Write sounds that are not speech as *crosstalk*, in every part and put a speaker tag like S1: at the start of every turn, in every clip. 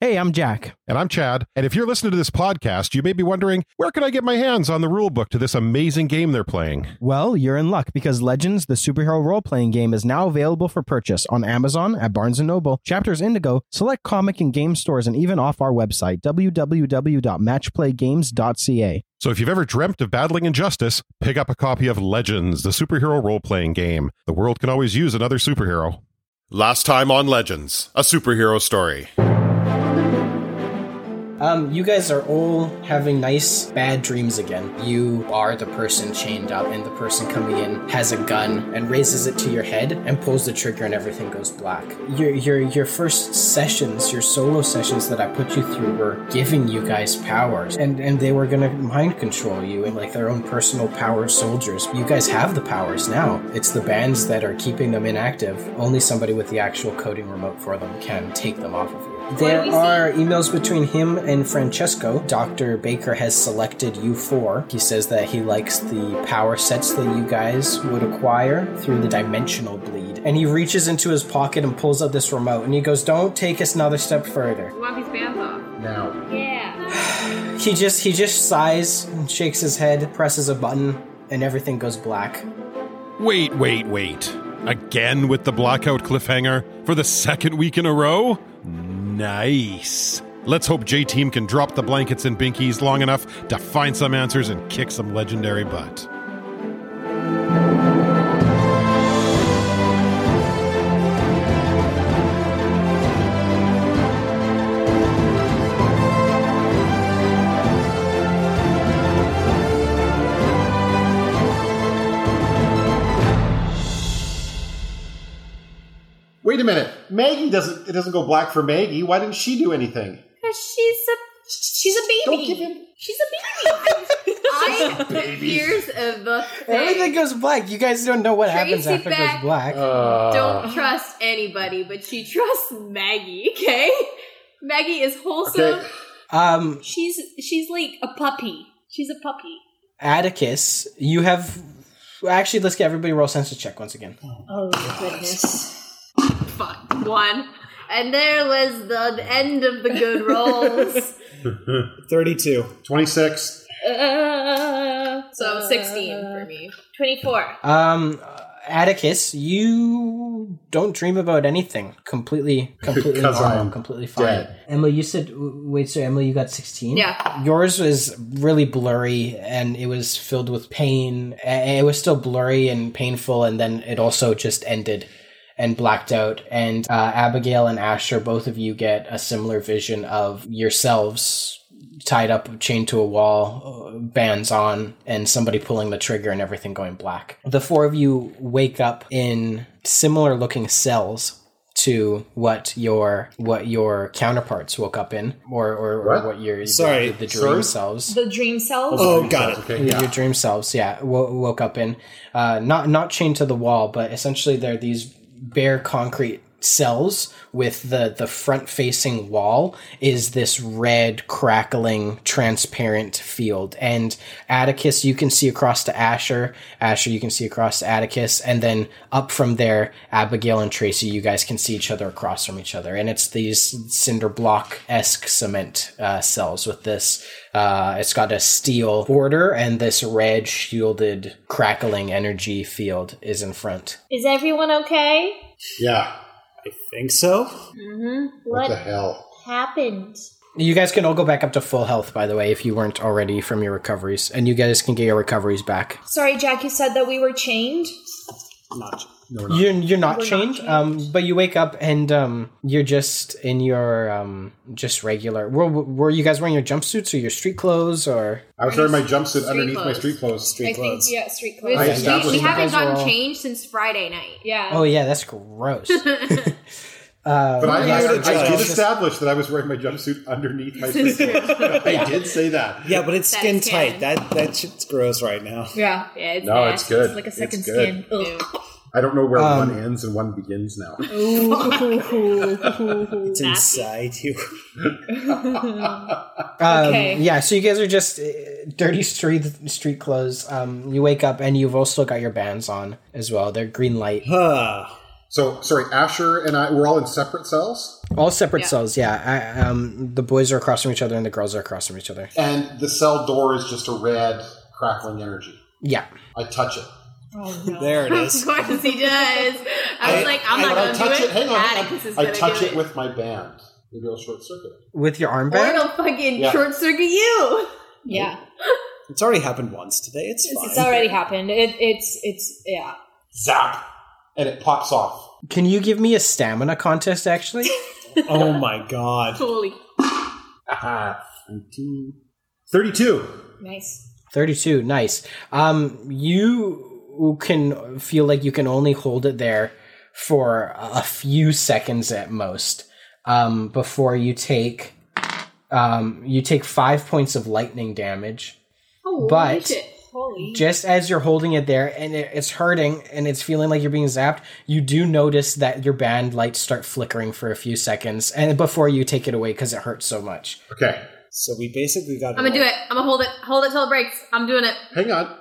S1: Hey, I'm Jack.
S2: And I'm Chad. And if you're listening to this podcast, you may be wondering where can I get my hands on the rulebook to this amazing game they're playing?
S1: Well, you're in luck because Legends, the superhero role-playing game, is now available for purchase on Amazon, at Barnes & Noble, Chapters Indigo, select comic and game stores, and even off our website, www.matchplaygames.ca.
S2: So if you've ever dreamt of battling injustice, pick up a copy of Legends, the superhero role playing game. The world can always use another superhero. Last time on Legends, a superhero story.
S3: Um, you guys are all having nice bad dreams again. You are the person chained up, and the person coming in has a gun and raises it to your head and pulls the trigger, and everything goes black. Your your your first sessions, your solo sessions that I put you through, were giving you guys powers, and and they were gonna mind control you and like their own personal power soldiers. You guys have the powers now. It's the bands that are keeping them inactive. Only somebody with the actual coding remote for them can take them off of you. There
S4: do we see?
S3: are emails between him and Francesco. Dr. Baker has selected you four. He says that he likes the power sets that you guys would acquire through the dimensional bleed. And he reaches into his pocket and pulls out this remote and he goes, Don't take us another step further.
S4: We want these bands off.
S3: No.
S4: Yeah.
S3: He just he just sighs and shakes his head, presses a button, and everything goes black.
S2: Wait, wait, wait. Again with the blackout cliffhanger for the second week in a row? Nice. Let's hope J Team can drop the blankets and binkies long enough to find some answers and kick some legendary butt.
S5: Wait a minute. Maggie doesn't. It doesn't go black for Maggie. Why didn't she do anything?
S4: Because she's a she's a baby.
S5: Don't give him-
S4: She's a baby. *laughs* I
S5: Baby.
S4: years of the thing.
S3: Everything goes black. You guys don't know what happens
S4: Tracy
S3: after it
S4: back.
S3: goes black.
S5: Uh,
S4: Don't trust anybody, but she trusts Maggie. Okay, Maggie is wholesome.
S5: Okay.
S3: Um
S4: She's she's like a puppy. She's a puppy.
S3: Atticus, you have actually let's get everybody roll census check once again.
S4: Oh goodness! Fuck one. And there was the end of the *laughs* good rolls.
S6: 32.
S5: Twenty-six.
S4: Uh, so sixteen for me. Twenty-four.
S3: Um, Atticus, you don't dream about anything.
S5: *laughs*
S3: Completely, completely
S5: 'Cause
S3: normal,
S5: I'm
S3: completely fine.
S5: dead.
S3: Emily, you said w- wait, so Emily, you got sixteen.
S4: Yeah.
S3: yours was really blurry, and it was filled with pain. A- It was still blurry and painful, and then it also just ended and blacked out. And uh, Abigail and Asher, both of you get a similar vision of yourselves. Tied up, chained to a wall, uh, bands on, and somebody pulling the trigger and everything going black. The four of you wake up in similar looking cells to what your what your counterparts woke up in, or or, or
S5: What?
S3: what your
S6: Sorry.
S3: the, the dream
S5: Sorry?
S3: selves.
S7: The dream cells.
S6: Oh, got it.
S5: Okay.
S3: Your
S5: Yeah.
S3: dream selves, yeah, w- woke up in, uh, not not chained to the wall, but essentially they're these bare concrete cells with the the front facing wall is this red crackling transparent field and atticus you can see across to asher asher you can see across to atticus and then up from there abigail and tracy you guys can see each other across from each other and it's these cinder block-esque cement uh, cells with this uh, it's got a steel border and this red shielded crackling energy field is in front
S7: Is everyone okay?
S5: Yeah.
S6: I think so.
S5: What
S7: What
S5: the hell?
S7: happened?
S3: You guys can all go back up to full health, by the way, if you weren't already from your recoveries, and you guys can get your recoveries back.
S7: Sorry, Jack, you said that we were chained?
S6: Not.
S3: You're you're not
S7: We're not
S3: chained, um, but you wake up and um, you're just in your um, just regular. Were, were you guys wearing your jumpsuits or your street clothes or?
S5: I was wearing my jumpsuit
S4: Street
S5: underneath my
S4: clothes.
S5: street clothes.
S7: I
S5: Street
S7: think, yeah, street
S4: We,
S7: clothes.
S5: I
S4: we- *laughs*
S5: established
S4: we
S5: that
S4: haven't
S3: those were
S4: gotten
S3: all-
S4: changed since Friday night.
S7: Yeah.
S3: Oh yeah, that's
S7: *laughs*
S3: gross. Um,
S5: But I, I,
S6: Weird
S5: I did
S6: adjustment.
S5: establish that I was wearing my jumpsuit underneath my
S4: This
S5: street
S4: is
S5: clothes. *laughs* I
S3: Yeah.
S5: did say that.
S6: Yeah, but it's
S4: That
S6: skin
S4: is canon.
S6: tight. That that shit's gross right now.
S7: Yeah.
S4: Yeah, it's
S5: No, it's
S4: nasty.
S5: good.
S7: Like a
S5: It's
S7: second skin.
S5: good.
S7: Ugh.
S5: I don't know where
S3: Um,
S5: one ends and one begins now.
S6: It's inside you.
S3: Um,
S7: Okay.
S3: Yeah, so you guys are just uh, dirty street street clothes. Um, you wake up and you've also got your bands on as well. They're green light.
S6: Huh.
S2: So sorry, Asher and I we're all in separate cells,
S3: All separate
S7: Yeah.
S3: cells, yeah. I, um, the boys are across from each other and the girls are across from each other.
S2: and the cell door is just a red crackling energy.
S3: Yeah.
S2: I touch it.
S4: Oh,
S6: *laughs* There
S7: *laughs*
S6: it
S7: Of
S4: *laughs*
S6: is.
S7: course he does. I was like, I'm
S2: And
S7: not
S2: when I
S7: going to do
S2: touch
S7: it.
S2: Hang on, hang on.
S7: Atticus is
S2: I
S7: gonna
S2: touch
S7: do
S2: it with my band. Maybe I'll short circuit. it.
S3: With your
S7: Or
S3: armband?
S7: it'll fucking
S2: Yeah.
S7: short circuit you.
S4: Yeah,
S6: It's already happened once today. It's fine.
S4: it's already happened. It, it's it's yeah.
S2: Zap, and it pops off.
S3: Can you give me a stamina contest, actually?
S6: *laughs* oh my
S4: *laughs*
S6: god.
S7: Holy.
S2: Aha. 19. 32.
S4: Nice.
S3: 32, nice. Um, you can feel like you can only hold it there for a few seconds at most um, before you take. Um, you take five points of lightning damage.
S7: Holy
S3: But-
S7: shit.
S4: Holy.
S3: just as you're holding it there and it, it's hurting and it's feeling like you're being zapped, you do notice that your band lights start flickering for a few seconds and before you take it away because it hurts so much.
S2: Okay.
S6: So we basically got.
S7: I'm going to do it. I'm going to hold it. Hold it till it breaks. I'm doing it.
S2: Hang on.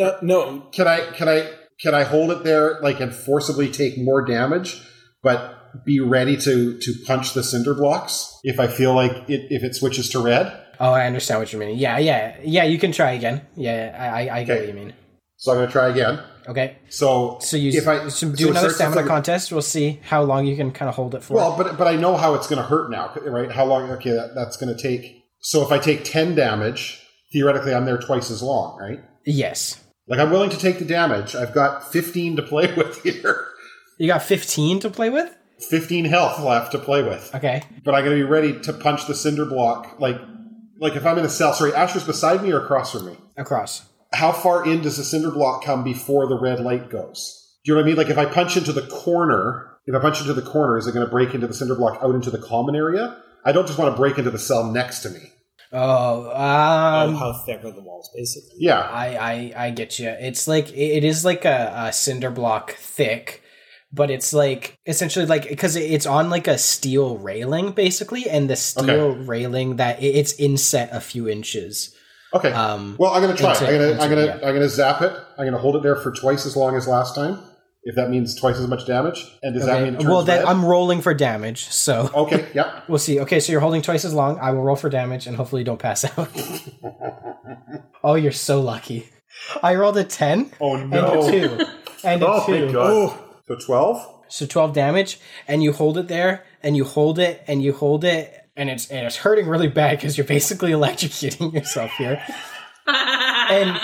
S6: Uh, no,
S2: Can I can I can I hold it there like and forcibly take more damage, but be ready to to punch the cinder blocks if I feel like it if it switches to red.
S3: Oh, I understand what you mean. Yeah, yeah, yeah. You can try again. Yeah, I, I, I get what you mean.
S2: So I'm gonna try again.
S3: Okay,
S2: So
S3: so you
S2: if I
S3: so do
S2: so
S3: another
S2: search the
S3: stamina
S2: flicker-
S3: contest. We'll see how long you can kind of hold it for.
S2: Well, but but I know how it's going to hurt now, right? How long? Okay, that, that's going to take. So if I take ten damage, theoretically, I'm there twice as long, right?
S3: yes,
S2: Like I'm willing to take the damage. I've got fifteen to play *laughs* with here,
S3: you got 15 to play with.
S2: fifteen health left to play with.
S3: Okay,
S2: But I'm going to be ready to punch the cinder block. Like, like if I'm in a cell. Sorry, Asher's beside me or across from me.
S3: across.
S2: How far in does the cinder block come before the red light goes? Do you know what I mean? Like if I punch into the corner, if I punch into the corner, is it going to break into the cinder block out into the common area? I don't just want to break into the cell next to me.
S3: Oh,
S6: um,
S3: um,
S6: how thick are the walls, basically?
S2: Yeah.
S3: I, I I get you. It's like it is like a, a cinder block thick, but it's like essentially like because it's on like a steel railing basically, and the steel
S2: Okay.
S3: railing that it, it's inset a few inches.
S2: Okay.
S3: Um,
S2: well, I'm gonna try.
S3: into-
S2: I'm gonna
S3: into-
S2: I'm gonna
S3: yeah.
S2: I'm gonna zap it. I'm gonna hold it there for twice as long as last time. If that means twice as much damage, and does that mean it
S3: Okay.
S2: turns
S3: Well, then
S2: red?
S3: I'm rolling for damage, so
S2: okay. Yep.
S3: we'll see. Okay, so you're holding twice as long. I will roll for damage, and hopefully you don't pass out. oh, you're so lucky. I rolled a ten
S2: Oh
S3: and a two and a
S2: *laughs* Oh
S3: two.
S2: my god. So twelve.
S3: So 12 damage, and you hold it there, and you hold it, and you hold it, and it's and it's hurting really bad because you're basically *laughs* electrocuting yourself here. and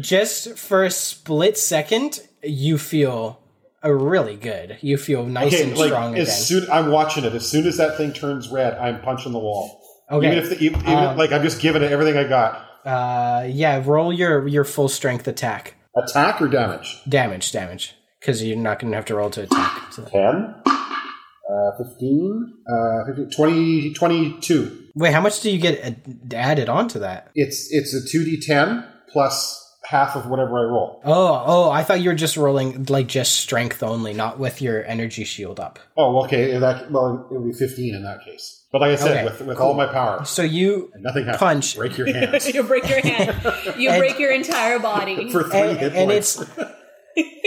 S3: just for a split second, you feel uh, really good. You feel nice
S2: Okay.
S3: and
S2: Like
S3: strong again.
S2: as soon I'm watching it. As soon as that thing turns red, I'm punching the wall.
S3: okay.
S2: Even if the, even, even-
S3: Um,
S2: like I'm just giving it everything I got.
S3: uh, yeah, roll your your full strength attack.
S2: Attack or damage?
S3: Damage, damage. Because you're not going to have to roll to attack. So-
S2: Ten. Uh, 15, uh, 15, 20, 22.
S3: Wait, how much do you get ad- added on to that?
S2: It's, it's a 2d10 plus half of whatever I roll.
S3: Oh, oh, I thought you were just rolling like just strength only, not with your energy shield up.
S2: Oh, okay. In that, well, it would be 15 in that case. But like I said,
S3: Okay,
S2: with, with all my power,
S3: So you
S2: nothing happens.
S3: Punch.
S2: Break your
S3: *laughs*
S2: hands.
S7: You break your hand. You
S3: And-
S7: break your entire body.
S2: For
S3: *laughs*
S2: three
S3: and,
S2: hit
S3: and
S2: points.
S3: it's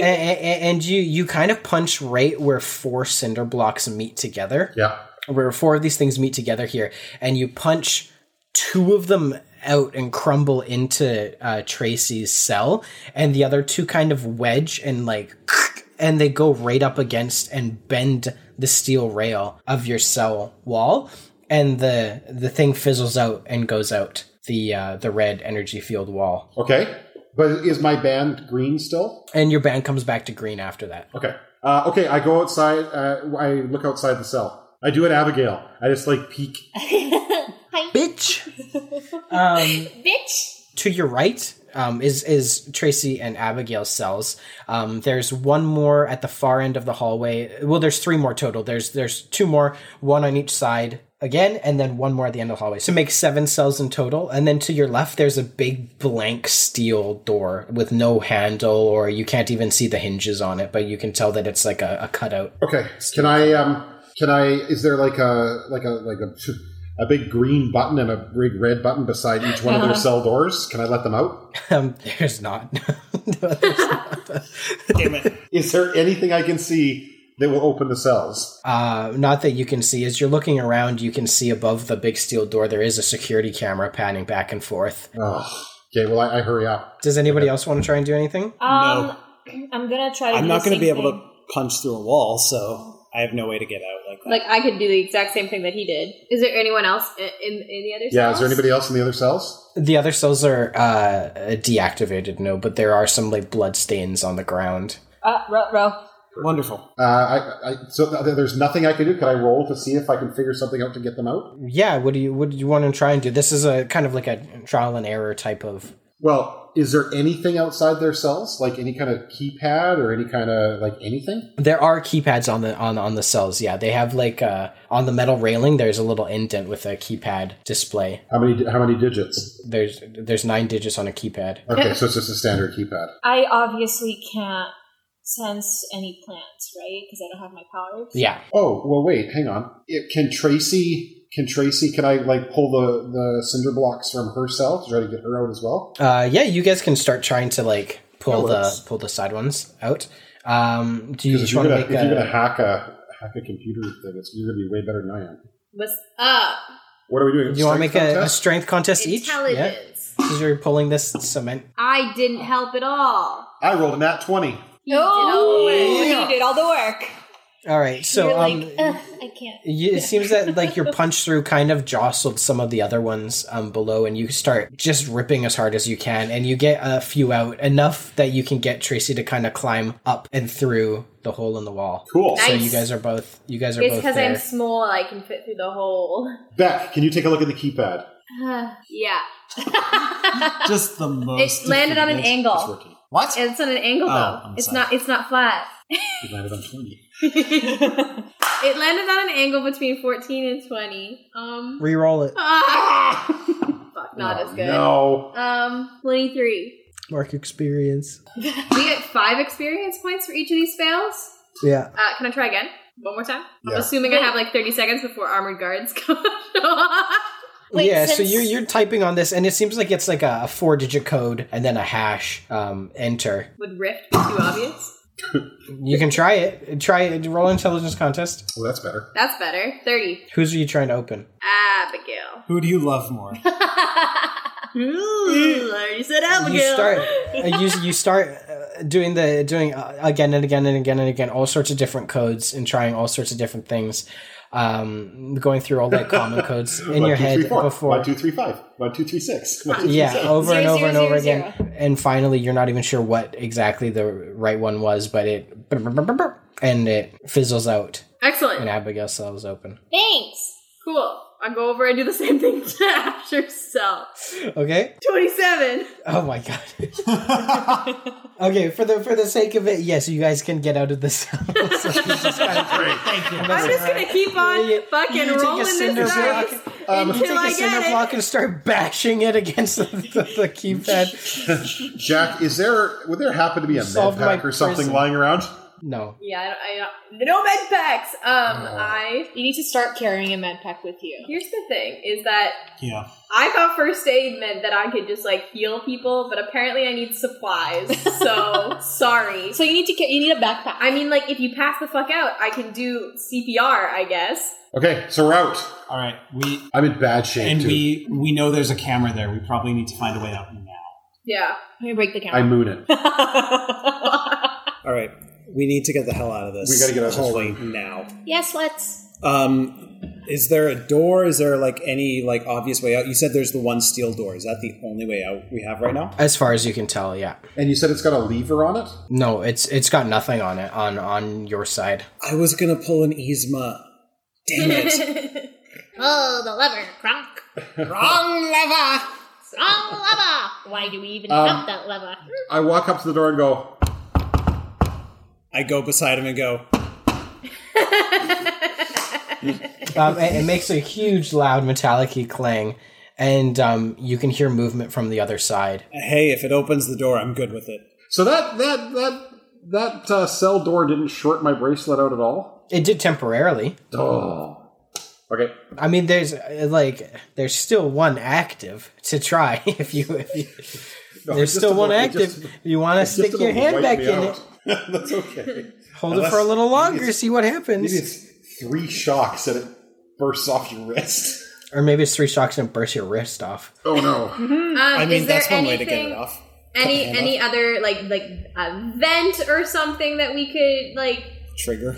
S3: and, and and you you kind of punch right where four cinder blocks meet together,
S2: yeah.
S3: where four of these things meet together here, and you punch two of them out and crumble into uh, Tracy's cell, and the other two kind of wedge and like. *laughs* And they go right up against and bend the steel rail of your cell wall, and the the thing fizzles out and goes out the uh, the red energy field wall.
S2: Okay. But is my band green still?
S3: And your band comes back to green after that.
S2: Okay. Uh, okay. I go outside. Uh, I look outside the cell. I do it, Abigail. I just like peek.
S3: Bitch. um,
S4: Bitch.
S3: to your right um, is is Tracy and Abigail's cells. Um, there's one more at the far end of the hallway. Well, there's three more total. There's there's two more, one on each side again, and then one more at the end of the hallway. So make seven cells in total. And then to your left, there's a big blank steel door with no handle, or you can't even see the hinges on it, but you can tell that it's like a, a cutout. *laughs*
S2: Okay. Can I, um, can I, is there like a, like a, like a, a *laughs* big green button and a big red button beside each one of their cell doors? Can I let them out?
S3: Um, there's not. *laughs* No, there's not.
S6: Damn it.
S2: Is there anything I can see that will open the cells?
S3: Uh, not that you can see. As you're looking around, you can see above the big steel door there is a security camera panning back and forth.
S2: Ugh. Okay, well, I, I hurry up.
S3: Does anybody else want to try and do anything?
S6: No.
S7: Um, *clears throat* I'm gonna try. To
S6: I'm
S7: do
S6: not
S7: going to
S6: be able to punch through a wall, so I have no way to get out like that.
S4: Like I could do the exact same thing that he did. Is there anyone else i- in in the other?
S2: Yeah, is there
S4: cells?
S2: anybody else in the other cells?
S3: The other cells are uh, deactivated, no, but there are some like blood stains on the ground.
S7: Uh, row, row.
S6: Wonderful.
S4: *laughs*
S2: Uh, I, I, so th- there's nothing I can do. Can I roll to see if I can figure something out to get them out?
S3: Yeah, what do you what do you want to try and do? This is a kind of like a trial and error type of.
S2: Well, is there anything outside their cells, like any kind of keypad or any kind of like anything?
S3: There are keypads on the on on the cells. Yeah, they have like uh, on the metal railing. There's a little indent with a keypad display.
S2: How many? How many digits?
S3: There's there's nine digits on a keypad.
S2: Okay, so it's just a standard keypad.
S7: I obviously can't Uh, sense any plants, right? Because I don't have my powers.
S3: Yeah,
S2: Oh well, wait, hang on. It, can Tracy? Can Tracy? Can I like pull the the cinder blocks from her cell to try to get her out as well?
S3: Uh, yeah, you guys can start trying to like pull
S6: That
S3: the
S6: works.
S3: pull the side ones out. Um, do
S2: Because
S3: you
S2: if
S3: just
S2: you're
S3: want to
S2: gonna
S3: make
S2: if you're gonna
S3: a?
S2: hack a hack a computer thing, it's, you're gonna be way better than I am.
S4: What's up?
S2: What are we doing?
S3: Do you want to make
S2: Strength
S3: a, a
S2: contest?
S3: strength contest each? Yeah,
S4: Intelligence.
S3: because you're pulling this cement.
S4: I didn't help at all.
S2: I rolled a nat twenty.
S4: He did all the work.
S7: You did all the work.
S3: All right, so
S7: You're
S3: um,
S7: like, *laughs* "Ugh, I can't.
S3: y- it seems that like your punch through kind of jostled some of the other ones um below, and you start just ripping as hard as you can, and you get a few out enough that you can get Tracy to kind of climb up and through the hole in the wall.
S2: Cool.
S3: So
S4: Nice.
S3: you guys are both you guys are
S4: It's
S3: both
S4: because
S3: there.
S4: I'm small. I can fit through the hole. *laughs*
S2: Beck, can you take a look at the keypad?
S4: yeah.
S6: Just the most.
S4: it landed on an
S6: defeated-
S2: It's
S4: angle.
S2: working.
S6: What?
S4: It's on an angle
S6: Oh,
S4: though.
S6: I'm
S4: it's
S6: sorry.
S4: not. It's not flat.
S2: It landed on twenty.
S4: It landed on an angle between 14 and 20. Um. *laughs*
S3: Reroll it,
S4: ah! Fuck. Not as good.
S2: No.
S4: Um. 23.
S3: mark experience.
S4: We get five experience points for each of these fails.
S3: Yeah.
S4: Uh, can I try again? One more time?
S2: Yeah.
S4: I'm assuming I have like 30 seconds before armored guards *laughs* come.
S7: Wait,
S3: yeah, so
S7: since-
S3: you're you're typing on this, and it seems like it's like a, four digit code and then a hash. Um, enter.
S4: *laughs* Would Rift be too obvious?
S3: You can try it. Try it. Roll intelligence contest.
S2: Well, that's better.
S4: That's better. 30.
S3: Who's are you trying to open?
S4: Abigail.
S6: Who do you love *laughs* more?
S4: Ooh, I already said Abigail.
S3: You start. uh, you you start uh, doing the doing uh, again and again and again and again all sorts of different codes and trying all sorts of different things. Um, going through all the common codes
S2: One,
S3: in your
S2: two,
S3: head
S2: three, four.
S3: before.
S2: One, two, three, five. One, two, three, six. One, two, three,
S4: *laughs*
S3: yeah
S2: seven.
S3: over and
S4: Zero,
S3: over
S4: zero,
S3: and over
S4: zero,
S3: again and finally you're not even sure what exactly the right one was but it and it fizzles out and
S4: Excellent.
S3: abigail cells open
S7: Thanks.
S4: Cool. I'll go over and do the same
S7: *laughs*
S4: thing to Ash herself.
S3: okay
S4: 27.
S3: oh my god
S6: *laughs*
S3: okay for the for the sake of it yes you guys can get out of this *laughs*
S6: Thank you.
S4: I'm just going to keep on
S3: You-
S4: *laughs* fucking
S3: you take a
S4: rolling
S3: cinder
S4: this
S3: block,
S4: dice
S2: um,
S4: until
S3: take
S4: I
S3: a
S4: get
S3: cinder
S4: it.
S3: block and start bashing it against the, the, the
S4: *laughs*
S3: keypad
S2: Jack, is there would there happen to be a med
S3: solved my
S2: pack or something
S3: prison.
S2: lying around?
S3: no
S4: Yeah, I don't, I don't, no med packs. Um,
S2: Oh.
S4: I
S7: You need to start carrying a med pack with you.
S4: here's the thing is that
S6: Yeah.
S4: I thought first aid meant that I could just like heal people, but apparently I need supplies. *laughs* So sorry.
S7: So you need to ca- you need a backpack.
S4: I mean, like if you pass the fuck out, I can do CPR, I guess.
S2: Okay, so we're out.
S6: All right. We
S2: I'm in bad shape.
S6: and
S2: too.
S6: we we know there's a camera there. We probably need to find a way out now.
S4: Yeah.
S7: Let me break the
S2: I
S7: camera.
S2: moon it.
S6: All right. We need to get the hell out of this.
S2: We gotta get out of this
S6: hallway now.
S7: yes, let's.
S6: Um, is there a door? Is there like any like obvious way out? You said there's the one steel door. Is that the only way out we have right now?
S3: as far as you can tell yeah
S2: And you said it's got a lever on it?
S3: no it's it's got nothing on it on on your side
S6: I was gonna pull an Yzma. Damn
S4: *laughs*
S6: it!
S7: *laughs* Oh, the lever, crunk.
S6: *laughs* Wrong lever.
S7: Strong lever. Why do we even
S2: Um,
S7: have that lever?
S2: I walk up to the door and go,
S6: I go beside him and go.
S3: um, it, it makes a huge, loud, metallic clang, and um, you can hear movement from the other side.
S6: Hey, if it opens the door, I'm good with it.
S2: So that that that that uh, cell door didn't short my bracelet out at all?
S3: It did temporarily.
S2: Oh.
S5: Okay.
S1: I mean, there's uh, like there's still one active to try *laughs* if you. If you
S5: No,
S1: there's
S5: it's just
S1: still one
S5: about- it
S1: active.
S5: just-
S1: you want to
S5: it's just
S1: stick your
S5: about
S1: hand
S5: wipe
S1: back in
S5: me out. *laughs*
S1: it,
S5: That's okay.
S1: hold it
S5: Unless-
S1: for a little
S5: maybe
S1: longer,
S5: it's-
S1: see what happens.
S5: Maybe it's three shocks and it bursts off your wrist.
S1: or maybe it's three shocks and burst your wrist off.
S5: Oh no.
S4: Um,
S6: I mean,
S4: is there
S6: that's one way to get
S4: anything-
S6: it off. *laughs*
S4: Any
S6: Cut the hand
S4: any other like like a vent or something that we could like
S6: Trigger.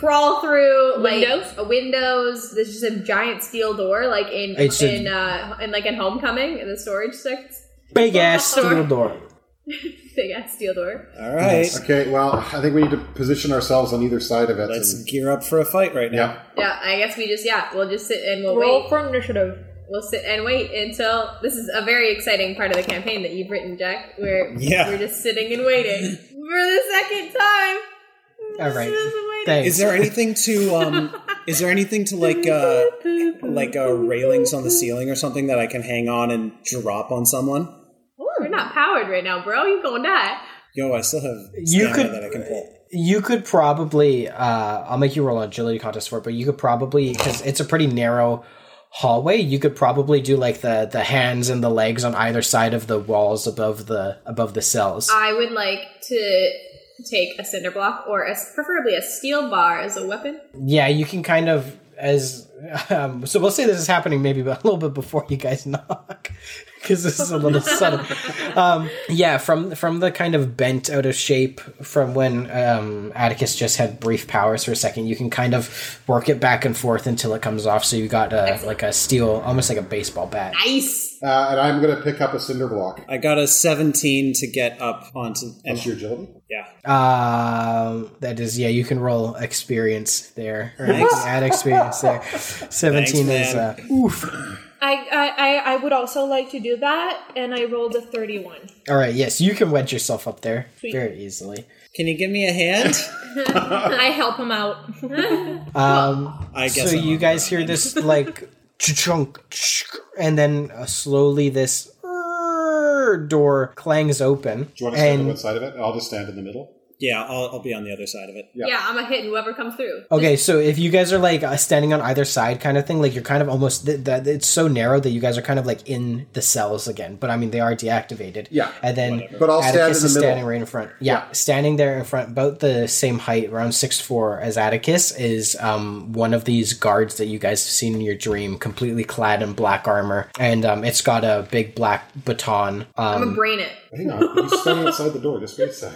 S4: crawl through
S7: Windows?
S4: like a windows there's just a giant steel door like in
S1: It's a-
S4: in uh in like in homecoming in the storage section *laughs*
S1: Big ass steel door.
S4: big ass steel door
S6: All right.
S5: Okay, well, I think we need to position ourselves on either side of it.
S6: Let's
S5: and-
S6: gear up for a fight right now.
S4: yeah
S5: yeah.
S4: i guess we just yeah we'll just sit and we'll
S7: Roll
S4: wait
S7: for initiative.
S4: we'll sit and wait until this is a very exciting part of the campaign that you've written jack where
S6: Yeah.
S4: we're just sitting and waiting for the second time
S1: All right.
S4: Thanks.
S1: Thanks.
S6: Is there anything to um? is there anything to like uh, like uh, railings on the ceiling or something that I can hang on and drop on someone?
S4: We're not powered right now, bro. You gonna die.
S6: Yo, I still have
S1: You
S6: stamina
S1: could-
S6: that I can pull.
S1: you could probably uh i'll make you roll an agility contest for it but you could probably because it's a pretty narrow hallway you could probably do like the the hands and the legs on either side of the walls above the above the cells
S4: I would like to take a cinder block or a, preferably a steel bar as a weapon.
S1: yeah you can kind of as *laughs* um, so we'll say this is happening maybe a little bit before you guys *laughs* knock because this is a little subtle um, yeah from from the kind of bent out of shape from when um, atticus just had brief powers for a second you can kind of work it back and forth until it comes off so you got a, like a steel almost like a baseball bat
S4: Ice.
S5: Uh, and I'm going to pick up a cinder block.
S6: I got a 17 to get up onto. And,
S5: That's your agility.
S6: yeah.
S1: um, that is yeah you can roll experience there or
S6: Thanks.
S1: add experience
S6: *laughs*
S1: there 17 is
S6: Thanks,
S1: uh,
S7: I, I, I, I would also like to do that, and I rolled a 31.
S1: all right yes you can wedge yourself up there very easily
S6: Can you give me a hand?
S7: *laughs* I help him out.
S1: *laughs* um
S6: I guess
S1: so
S6: I'm
S1: you
S6: on
S1: guys
S6: the
S1: hear
S6: ground. *laughs*
S1: this like chunk and then uh, slowly this door clangs open
S5: Do you want to stand on one
S1: and
S5: side of it? I'll just stand in the middle.
S6: Yeah, I'll, I'll be on the other side of it.
S5: Yeah.
S4: Yeah. I'm gonna hit whoever comes through.
S1: okay so if you guys are like uh, standing on either side kind of thing like you're kind of almost th- that it's so narrow that you guys are kind of like in the cells again but i mean they are deactivated
S5: Yeah.
S1: and then
S5: But I'll stand
S1: Atticus
S5: in
S1: is
S5: the middle.
S1: standing right in front. Yeah, standing there in front, about the same height, around six four as Atticus, is um, one of these guards that you guys have seen in your dream, completely clad in black armor, and um, it's got a big black baton.
S4: I'm
S1: Um,
S4: gonna brain it.
S5: Hang on, he's standing outside the door. Just wait a sec.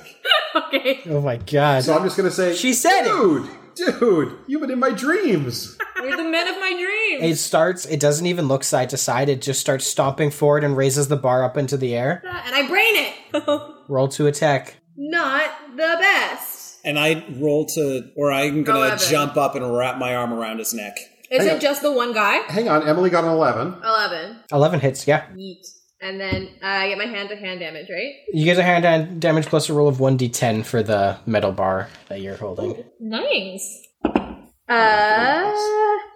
S4: Okay.
S1: oh my god!
S5: So I'm just going to say,
S1: She said it.
S5: dude, dude, you've been in my dreams.
S7: You're the men of my dreams.
S1: it starts. It doesn't even look side to side. It just starts stomping forward and raises the bar up into the air.
S4: And I brain it.
S6: *laughs*
S1: Roll to attack.
S4: Not the best.
S6: And I roll to, or I'm gonna
S4: Eleven.
S6: jump up and wrap my arm around his neck.
S4: Is
S5: Hang
S4: it
S5: on.
S4: just the one guy?
S5: Hang on, Emily got an 11.
S4: Eleven.
S1: Eleven hits. Yeah,
S4: Yeet. And then uh, I get my hand to hand damage, right?
S1: you guys are hand down damage plus a roll of one d10 for the metal bar that you're holding.
S7: nice.
S4: Uh,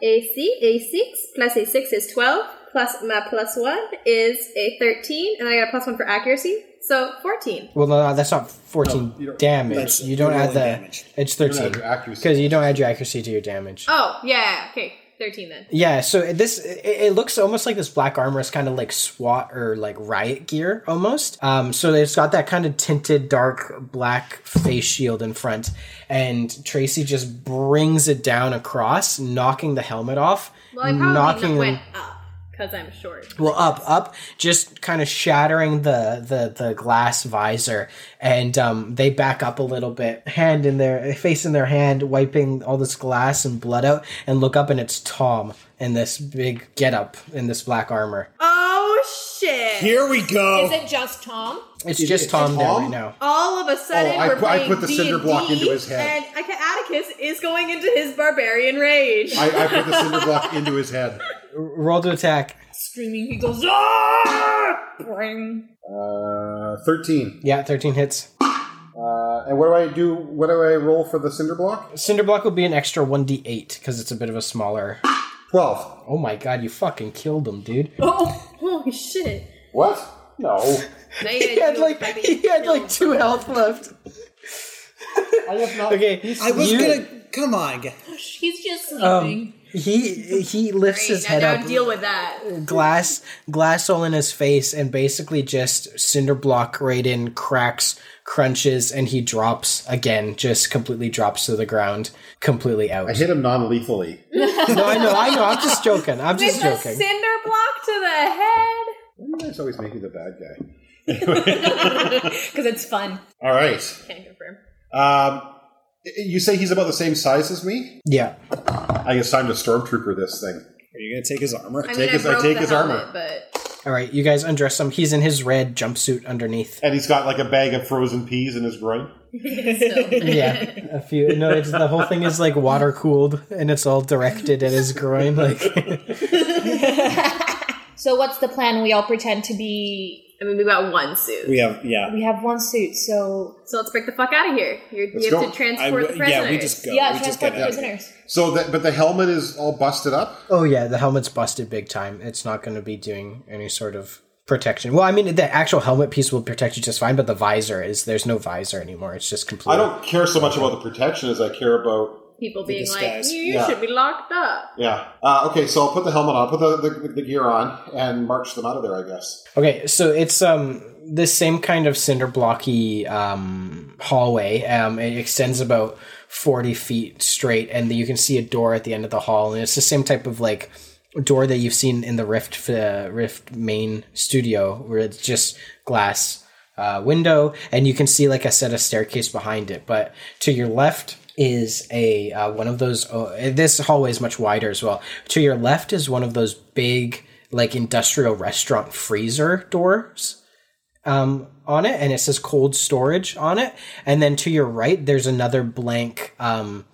S4: AC, A6, plus A6 is 12, plus my plus 1 is a 13, and I got a plus 1 for accuracy, so 14.
S1: Well, no, no, that's not 14
S5: you don't-
S1: damage.
S6: that's-
S1: you don't
S6: you're
S1: add the.
S6: rolling damage.
S1: It's
S5: You're not
S1: 13.
S5: your accuracy.
S1: Because you don't add your accuracy to your damage.
S4: Oh, yeah, okay, 13 then.
S1: Yeah, so it- this it, it looks almost like this black armor is kind of like SWAT or like riot gear almost. Um, so it's got that kind of tinted dark black face shield in front, and Tracy just brings it down across, knocking the helmet off,
S4: Well, I probably
S1: knocking
S4: not
S6: Hmm.
S4: went up, because I'm short.
S1: well up up just kind of shattering the the the glass visor and um they back up a little bit hand in their face in their hand wiping all this glass and blood out and look up and it's tom in this big getup in this black armor
S4: Oh, shit.
S6: Here we go.
S7: Is it just Tom?
S1: it's
S5: Is
S1: just
S5: it
S1: tom, there
S5: Tom?
S1: right now
S4: All of a sudden,
S5: Oh, I
S4: we're
S5: put- I
S4: playing
S5: put the cinder
S4: D&D,
S5: block into his
S4: And
S5: head.
S4: I- Atticus is going into his barbarian rage.
S5: I, I put the cinder block into his head.
S1: roll to attack
S7: Screaming, he goes, ah! Bring.
S5: Uh, 13.
S1: yeah 13 hits
S5: Uh, and what do I do? What do I roll for the cinder block?
S1: cinder block will be an extra 1d8 because it's a bit of a smaller
S5: 12.
S1: oh my god you fucking killed him dude
S7: Oh,
S4: Holy shit.
S5: What? No.
S4: Now
S5: *laughs*
S1: he had like *laughs* he had like two health left
S5: I have not.
S1: okay
S6: I was
S1: you-
S6: gonna. Come on. g-
S7: he's just sleeping.
S1: Um, He he lifts his
S4: Now,
S1: head
S4: now
S1: up,
S4: deal with that.
S1: glass glass all in his face, and basically just cinder block right in, cracks, crunches, and he drops again, just completely drops to the ground, completely out.
S2: I hit him non lethally.
S1: no, I know, I know. I'm just joking. I'm just
S4: The
S1: joking.
S4: cinder block to the head.
S2: You guys always make me the bad guy.
S4: Because it's fun.
S2: All right.
S4: Can't confirm.
S2: Um, you say he's about the same size as me?
S1: Yeah.
S2: I guess time to stormtrooper this thing.
S6: Are you going to take his armor?
S4: I mean,
S2: Take
S4: I
S2: his- I
S4: broke
S2: take
S4: the
S2: his
S4: helmet,
S2: armor.
S4: But
S1: All right, you guys undress him. He's in his red jumpsuit underneath.
S2: And he's got like a bag of frozen peas in his groin.
S1: Yeah, a few. No, it's the whole thing is like water cooled, and it's all directed at his groin. Like,
S7: So what's the plan? We all pretend to be.
S4: I mean, we got one suit.
S6: We have, yeah.
S7: We have one suit, so
S4: So let's break the fuck out of here. You're,
S2: Let's
S4: you have
S2: go.
S4: to
S6: I
S4: transport the
S6: w-
S4: prisoners.
S6: yeah, we just go.
S7: yeah,
S6: we just
S7: transport
S6: get
S7: the
S6: out. of here.
S7: prisoners.
S2: So that, but the helmet is all busted up.
S1: oh yeah, the helmet's busted big time. It's not going to be doing any sort of protection. Well, I mean, the actual helmet piece will protect you just fine, but the visor is there's no visor anymore. It's just complete.
S2: I don't care so much about the protection as I care about
S4: People being like,
S6: disguise.
S4: you, you
S2: Yeah.
S4: should be locked up.
S2: Yeah. Uh, okay, so I'll put the helmet on, put the, the, the gear on, and march them out of there, I guess.
S1: Okay, so it's um this same kind of cinder blocky um, hallway. Um, it extends about forty feet straight, and you can see a door at the end of the hall, and it's the same type of like door that you've seen in the Rift uh, Rift main studio, where it's just glass uh, window, and you can see like a set of staircase behind it. But to your left is a uh, one of those. Uh, this hallway is much wider as well. To your left is one of those big like industrial restaurant freezer doors um, on it, and it says cold storage on it. And then to your right, there's another blank. Um,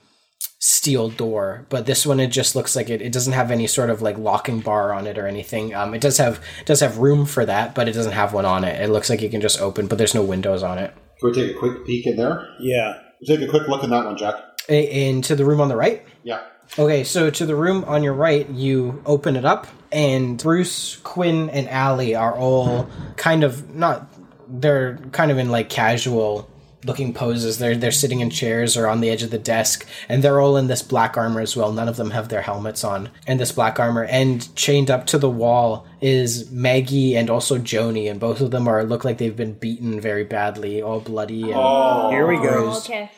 S1: steel door but this one it just looks like it, it doesn't have any sort of like locking bar on it or anything um it does have does have room for that but it doesn't have one on it it looks like you can just open but there's no windows on it
S2: Can we take a quick peek in there?
S6: Yeah.
S2: Take a quick look in that one, Jack.
S1: A- into the room on the right
S2: Yeah.
S1: Okay, so to the room on your right, you open it up, and Bruce, Quinn, and Allie are all kind of not. They're kind of in like casual looking poses. They're they're sitting in chairs or on the edge of the desk, and they're all in this black armor as well. None of them have their helmets on, and this black armor. And chained up to the wall is Maggie and also Joni, and both of them are look like they've been beaten very badly, all bloody and
S6: Here we go.
S1: bruised.
S7: Oh, Okay.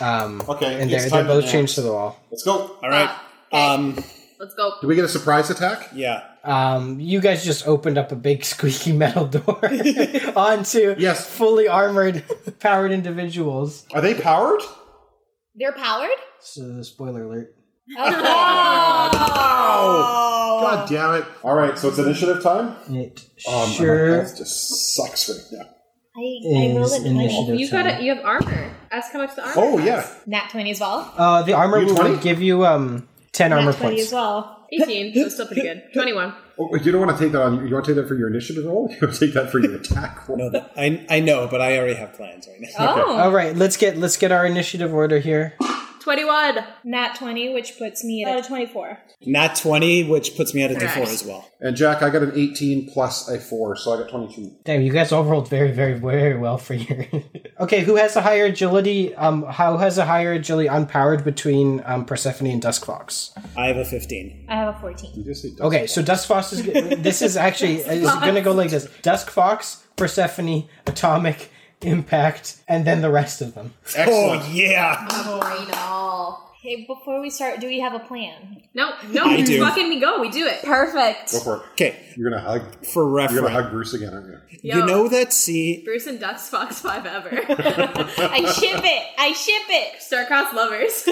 S1: Um,
S2: Okay,
S1: and
S2: it's
S1: they're
S2: time
S1: they're
S2: to
S1: both
S2: dance.
S1: chained to the wall.
S2: Let's go.
S6: All right. Um,
S4: Let's go.
S2: Do we get a surprise attack?
S6: yeah.
S1: Um, you guys just opened up a big *laughs* squeaky metal door *laughs* onto
S2: Yes.
S1: fully armored, powered individuals.
S2: Are they powered?
S7: They're powered?
S6: *laughs*
S1: So, spoiler alert.
S7: Oh.
S2: God damn it. All right, so it's initiative time?
S1: It
S2: Um,
S1: sure
S2: That just sucks right now.
S7: I, I rolled
S1: is
S7: a 20.
S1: initiative.
S4: You
S1: time.
S4: got. You have armor. Ask how much the armor.
S2: Oh,
S4: costs.
S2: yeah.
S7: Nat 20 as well.
S1: Uh, the armor
S2: You
S1: would
S2: 20?
S1: give you um ten armor
S7: Nat 20
S1: points.
S7: as well.
S4: Eighteen. So still pretty good. Twenty-one.
S2: Oh, you don't want to take that on. You want to take that for your initiative roll? *laughs* You want to take that for your attack roll?
S6: No, that, I, I know, but I already have plans right now.
S4: Oh,
S1: All right, let's get let's get our initiative order here.
S4: 21.
S7: Nat 20, which puts me
S2: Oh,
S7: at a 24.
S6: Nat 20, which puts me at a D4
S4: Nice.
S6: as well.
S2: And Jack, I got an 18 plus a 4, so I got 22.
S1: Damn, you guys all rolled very, very, very well for your. *laughs* okay, who has a higher agility? Um, how has a higher agility unpowered between um Persephone and Duskfox?
S6: I have a 15.
S7: I have a 14.
S2: You just say
S1: Okay, so Dusk Fox is this is actually is gonna go like this: Dusk Fox, Persephone, Atomic, Impact, and then the rest of them.
S2: Excellent.
S6: Oh, yeah.
S7: Hey, before we start, do we have a plan?
S4: No, no,
S6: I do.
S4: fucking we go. We do it.
S8: Perfect.
S2: Go for it.
S6: Okay,
S2: You're going to hug.
S6: for
S2: You're
S6: reference,
S2: going to hug Bruce again, aren't you?
S6: you know that scene.
S4: Bruce and Duck's Fox 5 *laughs* ever.
S7: I ship it! I ship it!
S4: Starcross lovers.